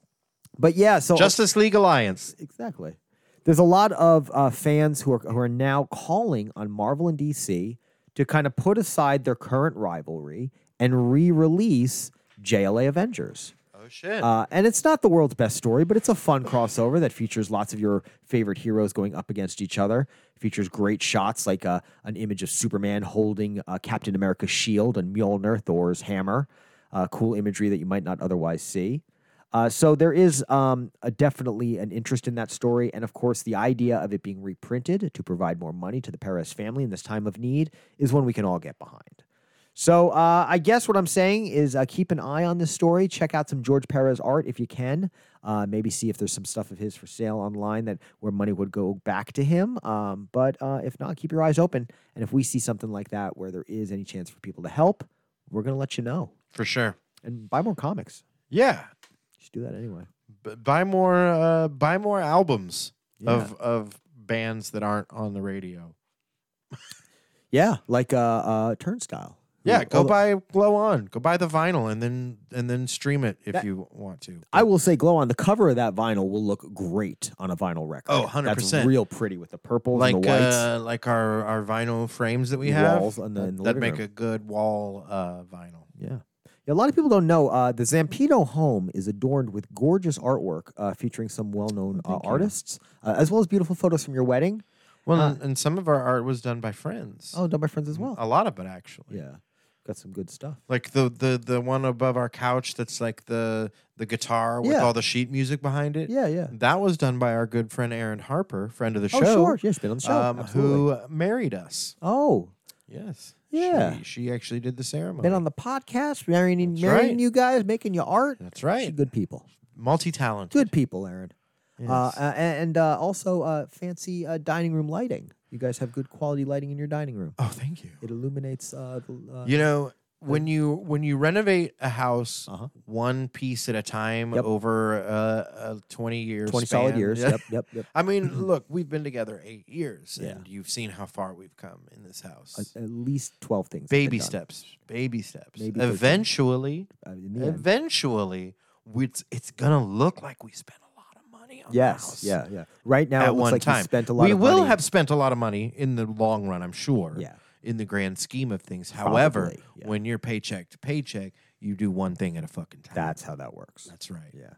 S2: but yeah, so
S1: Justice League Alliance.
S2: Exactly. There's a lot of uh, fans who are who are now calling on Marvel and DC to kind of put aside their current rivalry and re-release JLA Avengers.
S1: Oh shit.
S2: Uh, and it's not the world's best story, but it's a fun crossover that features lots of your favorite heroes going up against each other. Features great shots like uh, an image of Superman holding uh, Captain America's shield and Mjolnir, Thor's hammer. Uh, cool imagery that you might not otherwise see. Uh, so there is um, a definitely an interest in that story, and of course, the idea of it being reprinted to provide more money to the Perez family in this time of need is one we can all get behind. So uh, I guess what I'm saying is uh, keep an eye on this story. Check out some George Perez art if you can. Uh, maybe see if there's some stuff of his for sale online that where money would go back to him. Um, but uh, if not, keep your eyes open. And if we see something like that where there is any chance for people to help, we're gonna let you know
S1: for sure.
S2: and buy more comics.
S1: Yeah.
S2: Just do that anyway.
S1: B- buy more uh buy more albums
S2: Yeah.
S1: of of bands that aren't on the radio.
S2: Yeah, like uh, uh, Turnstile. who- oh,
S1: Yeah, go
S2: although-
S1: buy Glow On. Go buy the vinyl and then and then stream it if
S2: That-
S1: you want to.
S2: I will say, glow on the cover of that vinyl will look great on a vinyl record.
S1: Oh, 100%.
S2: That's real pretty with the purple
S1: like
S2: and the whites.
S1: uh, like our our vinyl frames that we
S2: The
S1: have
S2: walls on the- in the
S1: that
S2: living
S1: make
S2: room.
S1: a good wall uh vinyl.
S2: Yeah. Yeah, a lot of people don't know uh, the Zampino home is adorned with gorgeous artwork uh, featuring some well-known
S1: Oh,
S2: uh, artists, uh, as well as beautiful photos from your wedding.
S1: Well, and, and some of our art was done by friends.
S2: Oh, done by friends as well.
S1: a lot of it actually.
S2: yeah, got some good stuff.
S1: Like the the the one above our couch that's like the the guitar with
S2: Yeah.
S1: all the sheet music behind it.
S2: Yeah, yeah.
S1: That was done by our good friend Aaron Harper, friend of the
S2: Oh,
S1: show.
S2: sure. Yeah, she's been on the show.
S1: um,
S2: absolutely.
S1: who married us.
S2: Oh,
S1: Yes.
S2: Yeah.
S1: She, she actually did the ceremony.
S2: been on the podcast, marrying,
S1: That's
S2: marrying
S1: right.
S2: you guys, making you art.
S1: That's
S2: She's
S1: right.
S2: good people.
S1: Multi talented.
S2: Good people, Aaron. Uh, a- and uh, also uh, fancy uh, dining room lighting. You guys have good quality lighting in your dining room.
S1: Oh, thank you.
S2: It illuminates. Uh, the, uh,
S1: You know, when you when you renovate a house
S2: Uh-huh.
S1: one piece at a time
S2: Yep.
S1: over uh, a twenty year
S2: twenty solid
S1: span-
S2: years.
S1: Yeah.
S2: Yep, yep, yep.
S1: I mean, look, we've been together eight years,
S2: Yeah.
S1: and you've seen how far we've come in this house.
S2: at, at least 12 things. have been
S1: baby
S2: done,
S1: steps, baby steps.
S2: Maybe 13.
S1: eventually,
S2: uh, in the end.
S1: eventually, we- it's it's gonna look like we spent a lot of money on the
S2: Yes.
S1: house.
S2: Yeah. Yeah. Right now,
S1: at
S2: it looks
S1: one
S2: like you
S1: time.
S2: spent a lot
S1: we
S2: of
S1: will
S2: money.
S1: have spent a lot of money in the long run, I'm sure.
S2: Yeah.
S1: In the grand scheme of things. However,
S2: Probably, yeah.
S1: when you're paycheck to paycheck, you do one thing at a fucking time.
S2: That's how that works.
S1: That's right.
S2: Yeah.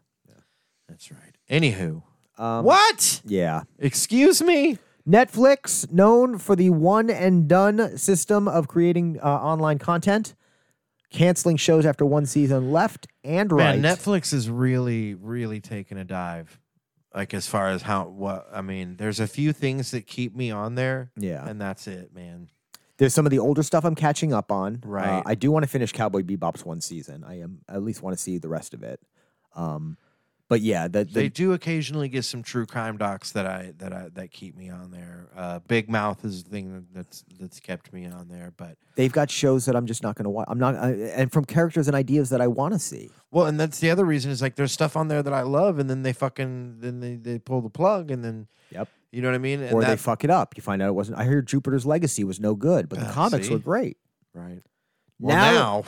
S1: That's right. Anywho.
S2: Um,
S1: what?
S2: Yeah.
S1: Excuse me?
S2: Netflix, known for the one and done system of creating uh, online content, canceling shows after one season left and right.
S1: Man, Netflix is really, really taking a dive. Like as far as how what I mean, there's a few things that keep me on there.
S2: Yeah.
S1: And that's it, man.
S2: There's some of the older stuff I'm catching up on. Uh,
S1: Right.
S2: I do want to finish Cowboy Bebop's one season. I am I at least want to see the rest of it. Um, but yeah, the, the
S1: they do occasionally get some true crime docs that I that I that keep me on there. Uh, Big Mouth is the thing that- that's that's kept me on there. But
S2: They've got shows that I'm just not going to watch. I'm not, I, and from characters and ideas that I want to see.
S1: well, and that's the other reason is like there's stuff on there that I love, and then they fucking then they, they pull the plug, and then
S2: Yep.
S1: you know what I mean. And
S2: or they
S1: that-
S2: fuck it up. You find out it wasn't. I heard Jupiter's Legacy was no good, but the
S1: Ah,
S2: comics were
S1: see?
S2: great.
S1: right well,
S2: Now-
S1: now.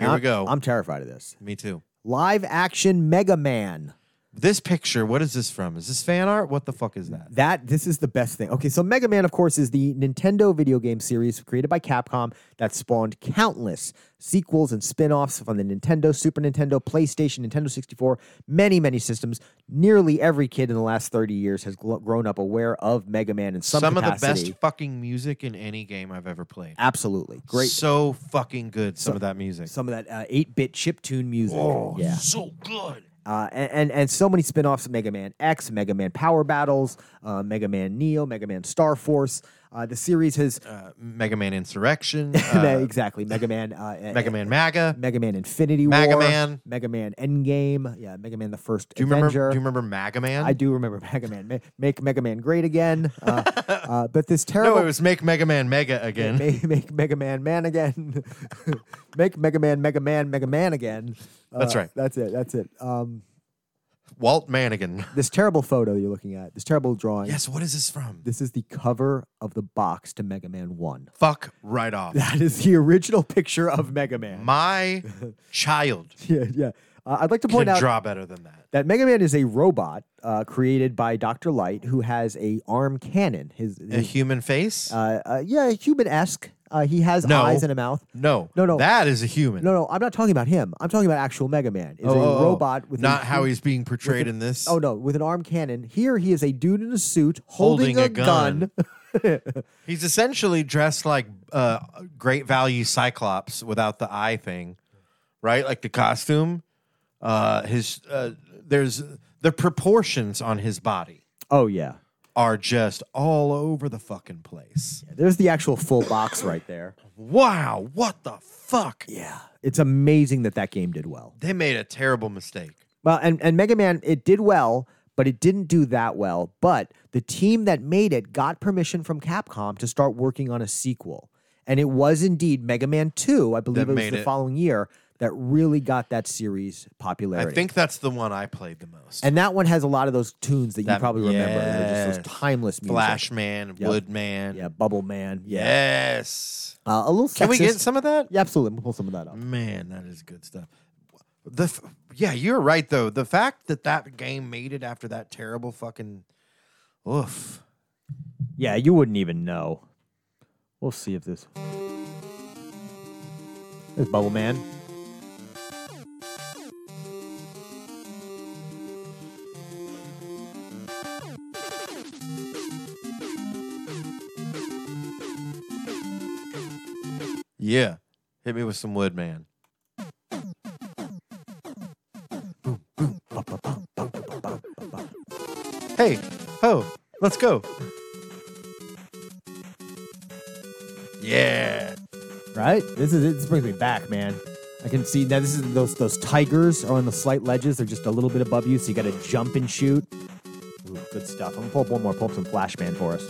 S1: here
S2: I'm,
S1: we go.
S2: I'm terrified of this.
S1: me too.
S2: Live action Mega Man.
S1: This picture, what is this from? Is this fan art? What the fuck is that?
S2: That this is the best thing. Okay, so Mega Man, of course, is the Nintendo video game series created by Capcom that spawned countless sequels and spin-offs from the Nintendo, Super Nintendo, PlayStation, Nintendo 64, many, many systems. Nearly every kid in the last 30 years has gl- grown up aware of Mega Man in some,
S1: of the
S2: capacity.
S1: best fucking music in any game I've ever played.
S2: Absolutely. Great.
S1: so fucking good. Some of that music.
S2: some of that eight bit chiptune music.
S1: oh,
S2: yeah.
S1: so good.
S2: Uh, and, and and so many spin offs of Mega Man X, Mega Man Power Battles, uh, Mega Man Neo, Mega Man Star Force. Uh, the series has
S1: Uh, Mega Man Insurrection.
S2: Me-
S1: uh,
S2: exactly Mega Man, uh, uh,
S1: Mega Man MAGA.
S2: Mega Man Infinity
S1: Mega
S2: War,
S1: Man.
S2: Mega Man Endgame, yeah, Mega Man the First
S1: Do you remember?
S2: Avenger.
S1: Do you remember Mega Man?
S2: I do remember Mega Man. Ma- Make Mega Man great again. Uh, uh, but this terrible
S1: No, it was make Mega Man Mega again.
S2: make, make Mega Man man again. make Mega Man Mega Man Mega Man again.
S1: That's
S2: Uh,
S1: right.
S2: That's it. That's it. Um,
S1: Walt Manigan.
S2: this terrible photo you're looking at, this terrible drawing.
S1: Yes. What is this from?
S2: This is the cover of the box to Mega Man 1.
S1: Fuck right off.
S2: That is the original picture of Mega Man.
S1: My child
S2: yeah, yeah. Uh, I'd like to
S1: can
S2: point out
S1: draw better than that.
S2: that Mega Man is a robot uh, created by Dr. Light who has a arm cannon. His,
S1: A
S2: his
S1: human face.
S2: uh, uh, yeah, human esque. Uh, he has
S1: No.
S2: eyes and a mouth.
S1: No,
S2: No, no.
S1: that is a human.
S2: No, no, I'm not talking about him. I'm talking about actual Mega Man. Is
S1: Oh,
S2: a
S1: oh, oh.
S2: robot with
S1: not
S2: a,
S1: how he's being portrayed in this.
S2: Oh no, with an arm cannon. Here he is a dude in a suit holding, a, gun.
S1: He's essentially dressed like uh, great value Cyclops without the eye thing, right? Like the costume. Uh, his uh, there's the proportions on his body
S2: Oh yeah.
S1: are just all over the fucking place.
S2: There's the actual full box right there.
S1: Wow, what the fuck?
S2: Yeah. It's amazing that that game did well.
S1: They made a terrible mistake.
S2: Well, and, and Mega Man, it did well, but it didn't do that well. But the team that made it got permission from Capcom to start working on a sequel. And it was indeed Mega Man 2, I believe it was
S1: made
S2: the
S1: it.
S2: following year, that really got that series popularity.
S1: I think that's the one I played the most.
S2: And that one has a lot of those tunes that, you
S1: That-
S2: probably remember. They're
S1: yes.
S2: just those timeless music.
S1: Flash Man,
S2: Yep.
S1: Wood Man.
S2: Yeah, Bubble Man. Yeah.
S1: Yes.
S2: Uh, a little sexist.
S1: Can we get some of that?
S2: Yeah, absolutely. We'll pull some of that up.
S1: Man, that is good stuff. The f- yeah, you're right though. The fact that that game made it after that terrible fucking oof.
S2: Yeah, you wouldn't even know. We'll see if this. There's Bubble Man.
S1: Yeah, hit me with some wood, man. Hey, ho, let's go. Yeah,
S2: Right? This is it. This brings me back, man. I can see now. This is those those tigers are on the slight ledges. They're just a little bit above you, so you got to jump and shoot. Ooh, good stuff. I'm gonna pull up one more. Pull up some Flashman for us.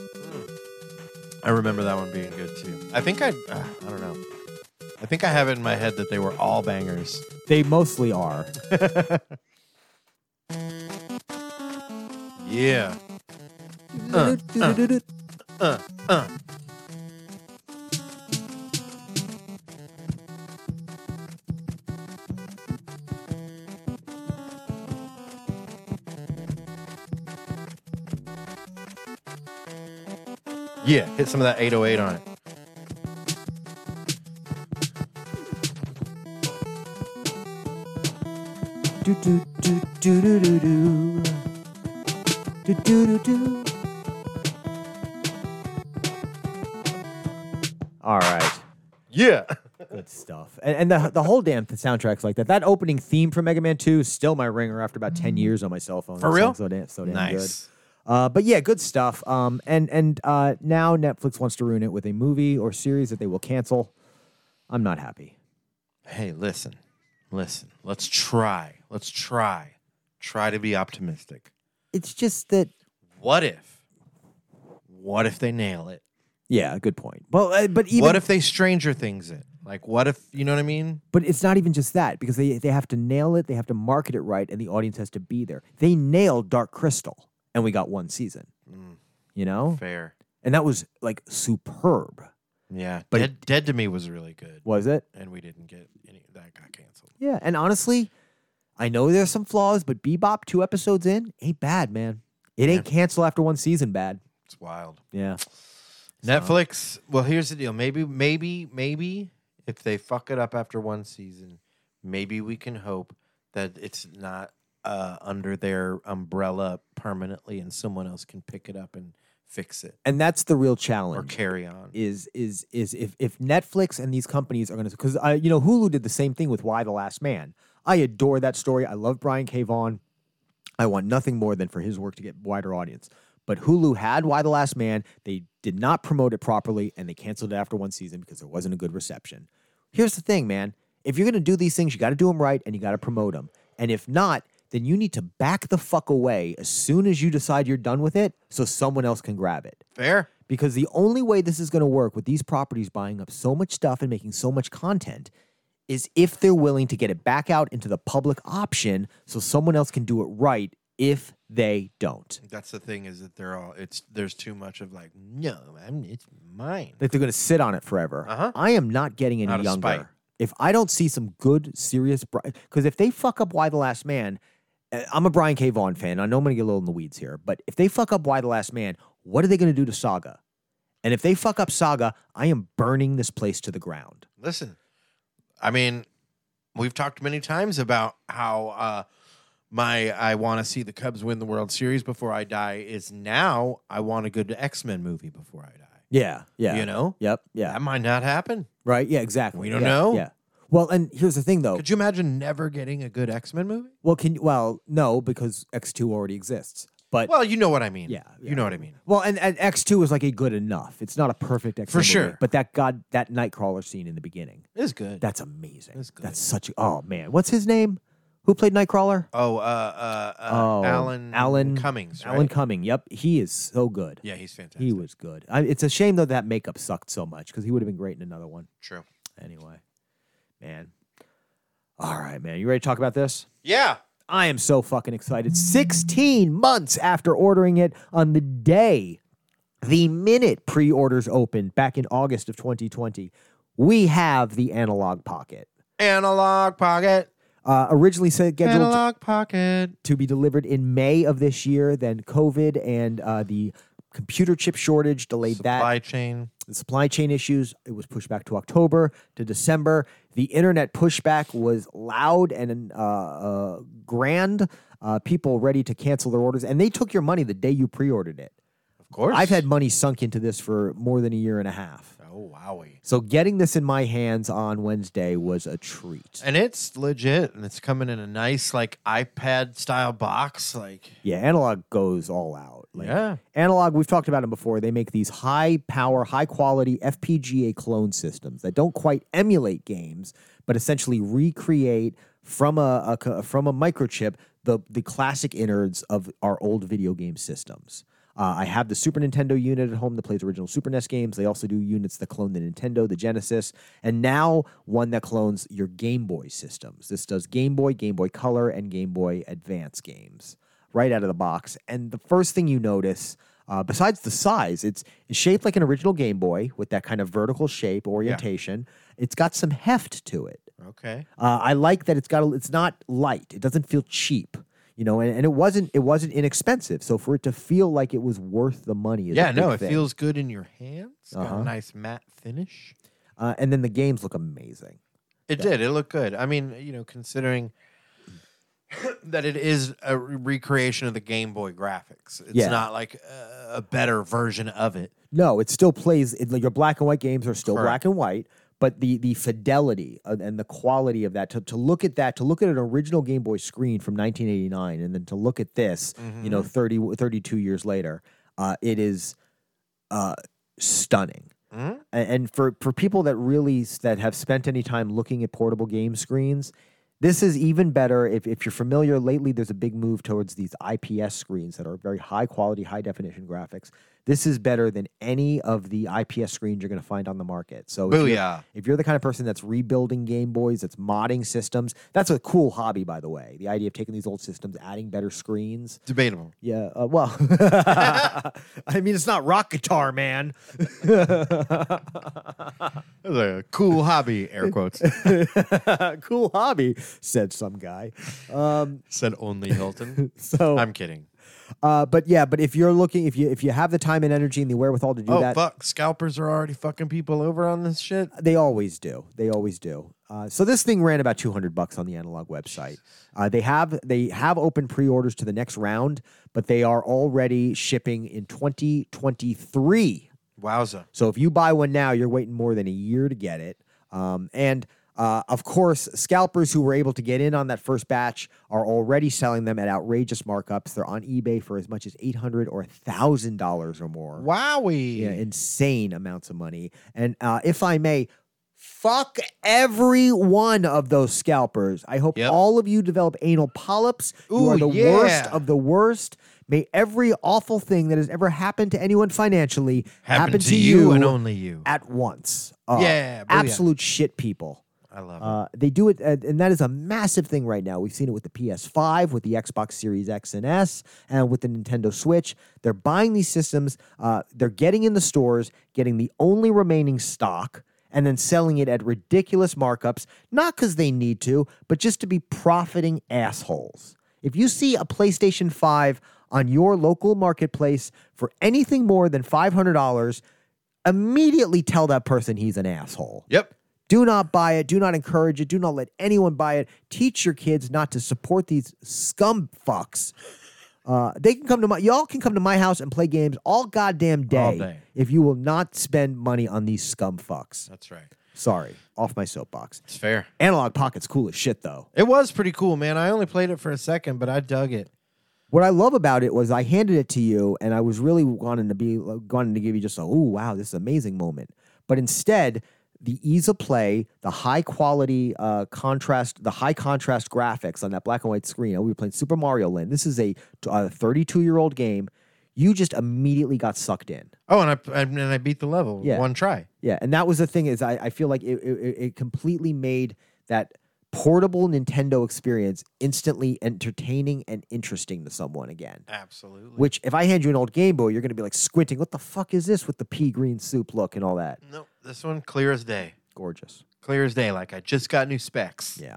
S1: I remember that one being good too. I think I, uh, I don't know. I think I have it in my head that they were all bangers.
S2: They mostly are.
S1: Yeah. Yeah, hit some of that 808 on it.
S2: Do, do, do, do, do, do, do. Do, do, do, do. All right.
S1: Yeah.
S2: Good stuff. And, and the, the whole damn soundtrack's like that. That opening theme for Mega Man 2 is still my ringer after about 10 years on my cell phone.
S1: Mm. For
S2: It
S1: real?
S2: sounds So damn, so damn
S1: Nice.
S2: good. Uh, but yeah, good stuff. Um, and and uh, now Netflix wants to ruin it with a movie or series that they will cancel. I'm not happy.
S1: Hey, listen. Listen. Let's try. Let's try. Try to be optimistic.
S2: It's just that
S1: What if? What if they nail it?
S2: yeah, good point. Well, uh, but even
S1: what if they Stranger Things it? Like, what if, you know what I mean?
S2: But it's not even just that because they, they have to nail it, they have to market it right, and the audience has to be there. They nailed Dark Crystal, and we got one season,
S1: Mm.
S2: you know?
S1: Fair.
S2: And that was like superb,
S1: Yeah.
S2: But
S1: But Dead, Dead to Me was really good.
S2: was it?
S1: And we didn't get any, that got canceled.
S2: Yeah. And honestly, I know there's some flaws, but Bebop, two episodes in, ain't bad, man. It ain't cancel after one season bad.
S1: It's wild.
S2: Yeah.
S1: Netflix. Well, here's the deal. Maybe, maybe, maybe if they fuck it up after one season, maybe we can hope that it's not uh, under their umbrella permanently, and someone else can pick it up and fix it
S2: And that's the real
S1: or
S2: challenge.
S1: carry on.
S2: is is is if if Netflix and these companies are going to because I you know Hulu did the same thing with Why the Last Man. I adore that story. I love Brian K. Vaughan. I want nothing more than for his work to get wider audience. But Hulu had Why the Last Man. They did not promote it properly, and they canceled it after one season because there wasn't a good reception. Here's the thing, man. If you're going to do these things, you got to do them right, and you got to promote them. And if not, then you need to back the fuck away as soon as you decide you're done with it, so someone else can grab it
S1: Fair.
S2: because the only way this is going to work with these properties buying up so much stuff and making so much content is if they're willing to get it back out into the public option so someone else can do it right if they don't.
S1: That's the thing is that they're all. It's there's too much of like no, I'm, it's mine.
S2: Like they're going to sit on it forever.
S1: Uh-huh.
S2: I am not getting any
S1: Out of
S2: younger.
S1: spite.
S2: If I don't see some good, serious, because if they fuck up Why the Last Man, uh, I'm a Brian K. Vaughan fan. I know I'm going to get a little in the weeds here, but if they fuck up Why the Last Man, what are they going to do to Saga? And if they fuck up Saga, I am burning this place to the ground.
S1: Listen, I mean, we've talked many times about how uh, my I want to see the Cubs win the World Series before I die is now. I want a good X Men movie before I die.
S2: Yeah, yeah.
S1: You know?
S2: Yep. Yeah.
S1: That might not happen.
S2: right. Yeah. Exactly.
S1: We don't
S2: Yeah,
S1: know.
S2: Yeah. Well, and here's the thing, though.
S1: Could you imagine never getting a good X Men movie?
S2: well, can well no because X two already exists. But
S1: Well, you know what I mean.
S2: Yeah, yeah.
S1: You know what I mean.
S2: Well, and, and X two is like a good enough. It's not a perfect X
S1: For sure.
S2: but that god that Nightcrawler scene in the beginning
S1: It's good.
S2: that's amazing.
S1: That's good.
S2: such a oh man, what's his name? Who played Nightcrawler?
S1: oh, uh, uh, uh,
S2: oh,
S1: Alan
S2: Alan
S1: Cummings.
S2: Alan
S1: right?
S2: Cumming. Yep, he is so good.
S1: Yeah, he's fantastic.
S2: he was good. I, it's a shame though that makeup sucked so much because he would have been great in another one.
S1: True.
S2: Anyway, man. All right, man. You ready to talk about this?
S1: Yeah.
S2: I am so fucking excited. 16 months after ordering it on the day, the minute pre orders opened back in August of 2020, we have the Analog Pocket.
S1: Analog pocket.
S2: Uh, originally scheduled to,
S1: Analog pocket.
S2: to be delivered in May of this year, then COVID and uh, the computer chip shortage delayed that.
S1: Supply chain.
S2: the supply chain issues. It was pushed back to October to December. The internet pushback was loud and uh, uh, grand. Uh, people ready to cancel their orders, and they took your money the day you pre-ordered it.
S1: Of course.
S2: I've had money sunk into this for more than a year and a half.
S1: Oh wowie.
S2: So getting this in my hands on Wednesday was a treat.
S1: And it's legit, and it's coming in a nice like iPad style box. Like
S2: Yeah, analog goes all out. Like,
S1: Yeah.
S2: Analog, we've talked about them before. They make these high power, high quality FPGA clone systems that don't quite emulate games, but essentially recreate from a, a co- from a microchip the the classic innards of our old video game systems. Uh, I have the Super Nintendo unit at home that plays original Super NES games. They also do units that clone the Nintendo, the Genesis, and now one that clones your Game Boy systems. This does Game Boy, Game Boy Color, and Game Boy Advance games right out of the box. And the first thing you notice, uh, besides the size, it's it's shaped like an original Game Boy with that kind of vertical shape orientation. It's got some heft to it.
S1: okay,
S2: Uh, I like that it's got. A, it's not light. It doesn't feel cheap. You know, and, and it wasn't. It wasn't inexpensive. So for it to feel like it was worth the money, is a
S1: yeah,
S2: big
S1: no, it
S2: thing.
S1: feels good in your hands. It's Got
S2: Uh-huh.
S1: a nice matte finish.
S2: Uh, and then the games look amazing.
S1: It did. It looked good. I mean, you know, considering that it is a re- recreation of the Game Boy graphics, it's
S2: Yeah.
S1: not like a, a better version of it.
S2: No, it still plays. It, like, your black and white games are still
S1: Correct.
S2: black and white, but the the fidelity of- and the quality of that to, to look at that to look at an original Game Boy screen from 1989 and then to look at this, you know, 30 32 years later, uh, it is uh, stunning.
S1: Mhm.
S2: A- And for for people that really s- that have spent any time looking at portable game screens. This is even better if, if you're familiar. Lately, there's a big move towards these IPS screens that are very high quality, high definition graphics. This is better than any of the IPS screens you're going to find on the market. So, if you're-
S1: Booyah.
S2: if you're the kind of person that's rebuilding Game Boys, that's modding systems, that's a cool hobby, by the way. The idea of taking these old systems, adding better screens.
S1: Debatable.
S2: Yeah, uh, well, I mean, it's not rock guitar, man.
S1: It was a cool hobby. Air quotes.
S2: cool hobby, said some guy. Um,
S1: Said only Hilton.
S2: so,
S1: I'm kidding.
S2: uh, but yeah, but if you're looking, if you if you have the time and energy and the wherewithal to do
S1: Oh
S2: that,
S1: fuck! Scalpers are already fucking people over on this shit.
S2: They always do. They always do. Uh, so this thing ran about 200 bucks on the analog website. Uh, they have they have open pre-orders to the next round, but they are already shipping in 2023.
S1: Wowza.
S2: So if you buy one now, you're waiting more than a year to get it. Um, and uh, of course, scalpers who were able to get in on that first batch are already selling them at outrageous markups. They're on eBay for as much as 800 or 1000 dollars or more
S1: Wowie.
S2: yeah, insane amounts of money. And uh, if I may, fuck every one of those scalpers. I hope
S1: Yep.
S2: all of you develop anal polyps. you
S1: Ooh,
S2: are the worst
S1: yeah.
S2: of the worst. May every awful thing that has ever happened to anyone financially
S1: Happened
S2: happen to, you,
S1: and only you.
S2: at once. Uh,
S1: Yeah, booyah.
S2: absolute shit people.
S1: I love it.
S2: Uh, they do it, and and that is a massive thing right now. We've seen it with the PS5, with the Xbox Series X and S, and with the Nintendo Switch. They're buying these systems, uh, they're getting in the stores, getting the only remaining stock, and then selling it at ridiculous markups, not because they need to, but just to be profiting assholes. If you see a PlayStation 5 on your local marketplace for anything more than $500, immediately tell that person he's an asshole.
S1: Yep.
S2: Do not buy it. Do not encourage it. Do not let anyone buy it. Teach your kids not to support these scum fucks. Uh, they can come to my y'all can come to my house and play games all goddamn day,
S1: All day.
S2: if you will not spend money on these scum fucks.
S1: That's right.
S2: Sorry, off my soapbox.
S1: It's fair.
S2: Analog Pocket's cool as shit though.
S1: It was pretty cool, man. I only played it for a second, but I dug it.
S2: What I love about it was I handed it to you, and I was really wanting to be wanting to give you just a oh wow this is an amazing moment, but instead the ease of play, the high quality uh, contrast, the high contrast graphics on that black and white screen. We were playing Super Mario Land. This is a 32 year old game. You just immediately got sucked in.
S1: Oh, and I and I beat the level
S2: Yeah.
S1: one try.
S2: Yeah, and that was the thing is I, I feel like it, it it- it completely made that portable Nintendo experience instantly entertaining and interesting to someone again.
S1: Absolutely.
S2: Which, if I hand you an old Game Boy, you're going to be like squinting. What the fuck is this with the pea green soup look and all that?
S1: Nope. This one clear as day.
S2: Gorgeous.
S1: Clear as day. Like I just got new specs.
S2: Yeah.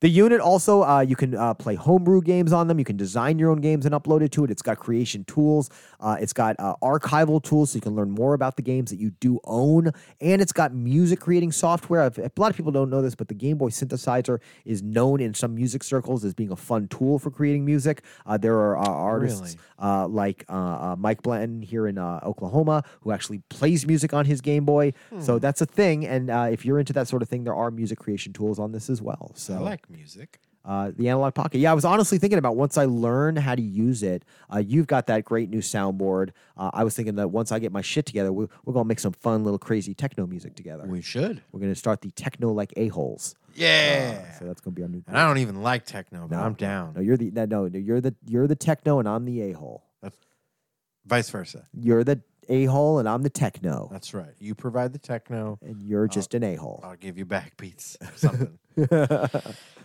S2: The unit also, uh, you can uh, play homebrew games on them. You can design your own games and upload it to it. It's got creation tools. Uh, it's got uh, archival tools, so you can learn more about the games that you do own. And it's got music creating software. I've- A lot of people don't know this, but the Game Boy synthesizer is known in some music circles as being a fun tool for creating music. Uh, there are uh, artists
S1: Really?
S2: uh, like uh, uh, Mike Blanton here in uh, Oklahoma, who actually plays music on his Game Boy.
S1: Hmm.
S2: So that's a thing. And uh, if you're into that sort of thing, there are music creation tools on this as well. So
S1: I like music.
S2: uh, the analog pocket. Yeah, I was honestly thinking about once I learn how to use it. Uh, you've got that great new soundboard. Uh, I was thinking that once I get my shit together, we're, we're gonna make some fun little crazy techno music together.
S1: We should.
S2: We're gonna start the techno like a holes.
S1: Yeah.
S2: Uh, so that's gonna be our new.
S1: and I don't even like techno, but I'm down.
S2: No, you're the no, no, you're the you're the techno and I'm the a hole.
S1: Vice versa.
S2: You're the a hole and I'm the techno.
S1: That's right. You provide the techno.
S2: and you're just an a hole.
S1: I'll give you back beats or something.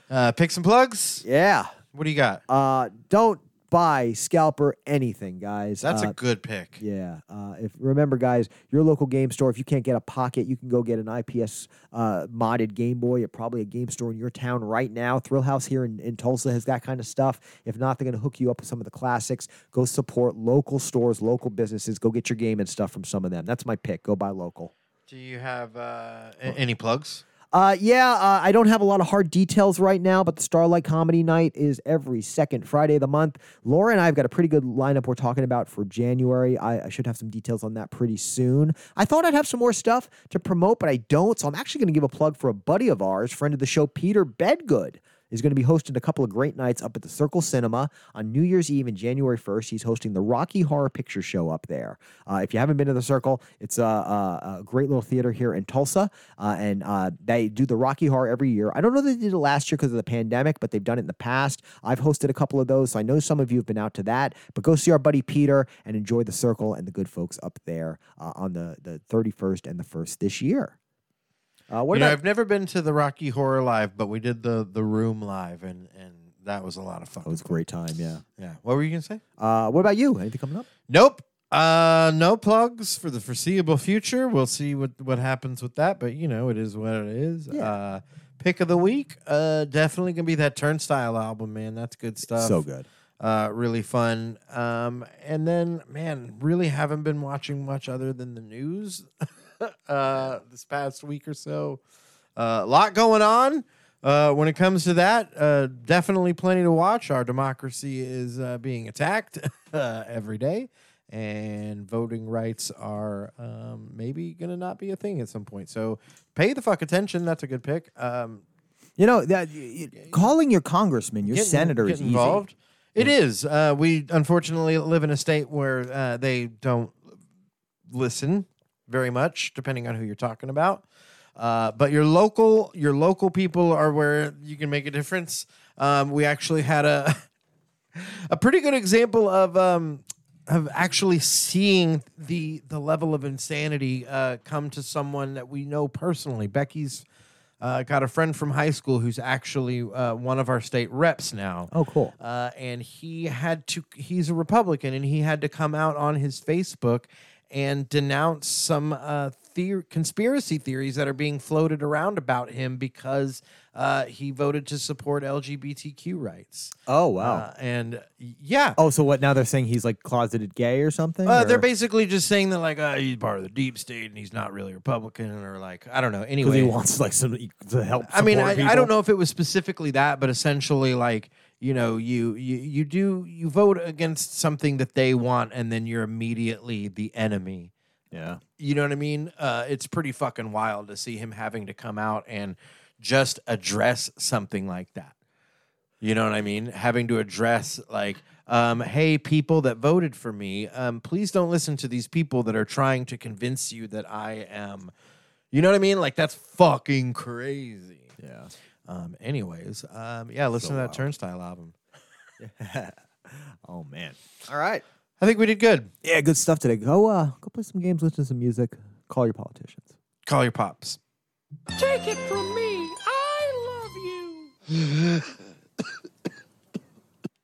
S1: uh, pick some plugs.
S2: Yeah.
S1: What do you got?
S2: Uh, don't buy scalper anything, guys.
S1: That's
S2: Uh,
S1: a good pick.
S2: yeah. Uh, if remember, guys, your local game store. If you can't get a pocket, you can go get an IPS uh, modded Game Boy at probably a game store in your town right now. Thrill House here in, in Tulsa has that kind of stuff. If not, they're going to hook you up with some of the classics. Go support local stores, local businesses. Go get your game and stuff from some of them. That's my pick. Go buy local.
S1: Do you have uh, a- any plugs?
S2: Uh, yeah, uh, I don't have a lot of hard details right now, but the Starlight Comedy Night is every second Friday of the month. Laura and I have got a pretty good lineup we're talking about for January. I, I should have some details on that pretty soon. I thought I'd have some more stuff to promote, but I don't. So I'm actually going to give a plug for a buddy of ours, friend of the show, Peter Bedgood is going to be hosting a couple of great nights up at the Circle Cinema on New Year's Eve and January 1st. He's hosting the Rocky Horror Picture Show up there. Uh, if you haven't been to the Circle, it's a, a, a great little theater here in Tulsa, uh, and uh, they do the Rocky Horror every year. I don't know they did it last year because of the pandemic, but they've done it in the past. I've hosted a couple of those, so I know some of you have been out to that. But go see our buddy Peter and enjoy the Circle and the good folks up there uh, on the, the 31st and the 1st this year. Uh, what
S1: you know,
S2: about
S1: I've never been to the Rocky Horror Live, but we did the the Room Live, and and that was a lot of fun.
S2: that was Oh, a great time, yeah.
S1: Yeah. What were you gonna say?
S2: Uh, what about you? Anything coming up?
S1: Nope. Uh, no plugs for the foreseeable future. We'll see what what happens with that, but you know, it is what it is.
S2: Yeah.
S1: Uh, pick of the week. Uh, definitely gonna be that Turnstile album, man. That's good stuff.
S2: So good.
S1: Uh, really fun. Um, and then, man, really haven't been watching much other than the news. uh, this past week or so, uh, a lot going on. Uh, when it comes to that, uh, definitely plenty to watch. Our democracy is uh, being attacked uh, every day, and voting rights are um, maybe gonna not be a thing at some point. So, pay the fuck attention. That's a good pick. Um,
S2: You know that y- y- calling your congressman, your
S1: Get in-
S2: senator
S1: get
S2: is
S1: involved. It is. Uh, we unfortunately live in a state where uh, they don't listen very much, depending on who you're talking about. Uh, but your local your local people are where you can make a difference. Um, we actually had a a pretty good example of um, of actually seeing the the level of insanity uh, come to someone that we know personally. Becky's uh, got a friend from high school who's actually uh, one of our state reps now.
S2: easy. Oh, cool.
S1: Uh, and he had to, he's a Republican, and he had to come out on his Facebook and denounce some uh, theor- conspiracy theories that are being floated around about him because uh, he voted to support LGBTQ rights.
S2: Oh wow.
S1: Uh, and yeah,
S2: oh, so what? Now they're saying he's like closeted gay or something.
S1: uh, they're
S2: or-
S1: basically just saying that like uh, he's part of the deep state and he's not really Republican or like I don't know.
S2: 'cause
S1: Anyway,
S2: he wants like some e, to help.
S1: I mean,
S2: support
S1: I, I
S2: people.
S1: don't know if it was specifically that, but essentially, like you know, you you you do you vote against something that they want, and then you're immediately the enemy.
S2: Yeah.
S1: You know what I mean? Uh, it's pretty fucking wild to see him having to come out and just address something like that. You know what I mean? Having to address like, um, hey, people that voted for me, um, please don't listen to these people that are trying to convince you that I am. You know what I mean? Like that's fucking crazy.
S2: Yeah.
S1: Um, anyways, um, yeah, listen to that Turnstile album.
S2: Oh man.
S1: All right, I think we did good.
S2: Yeah, good stuff today. Go uh, go play some games, listen to some music, call your politicians.
S1: Call your pops.
S5: Take it from me.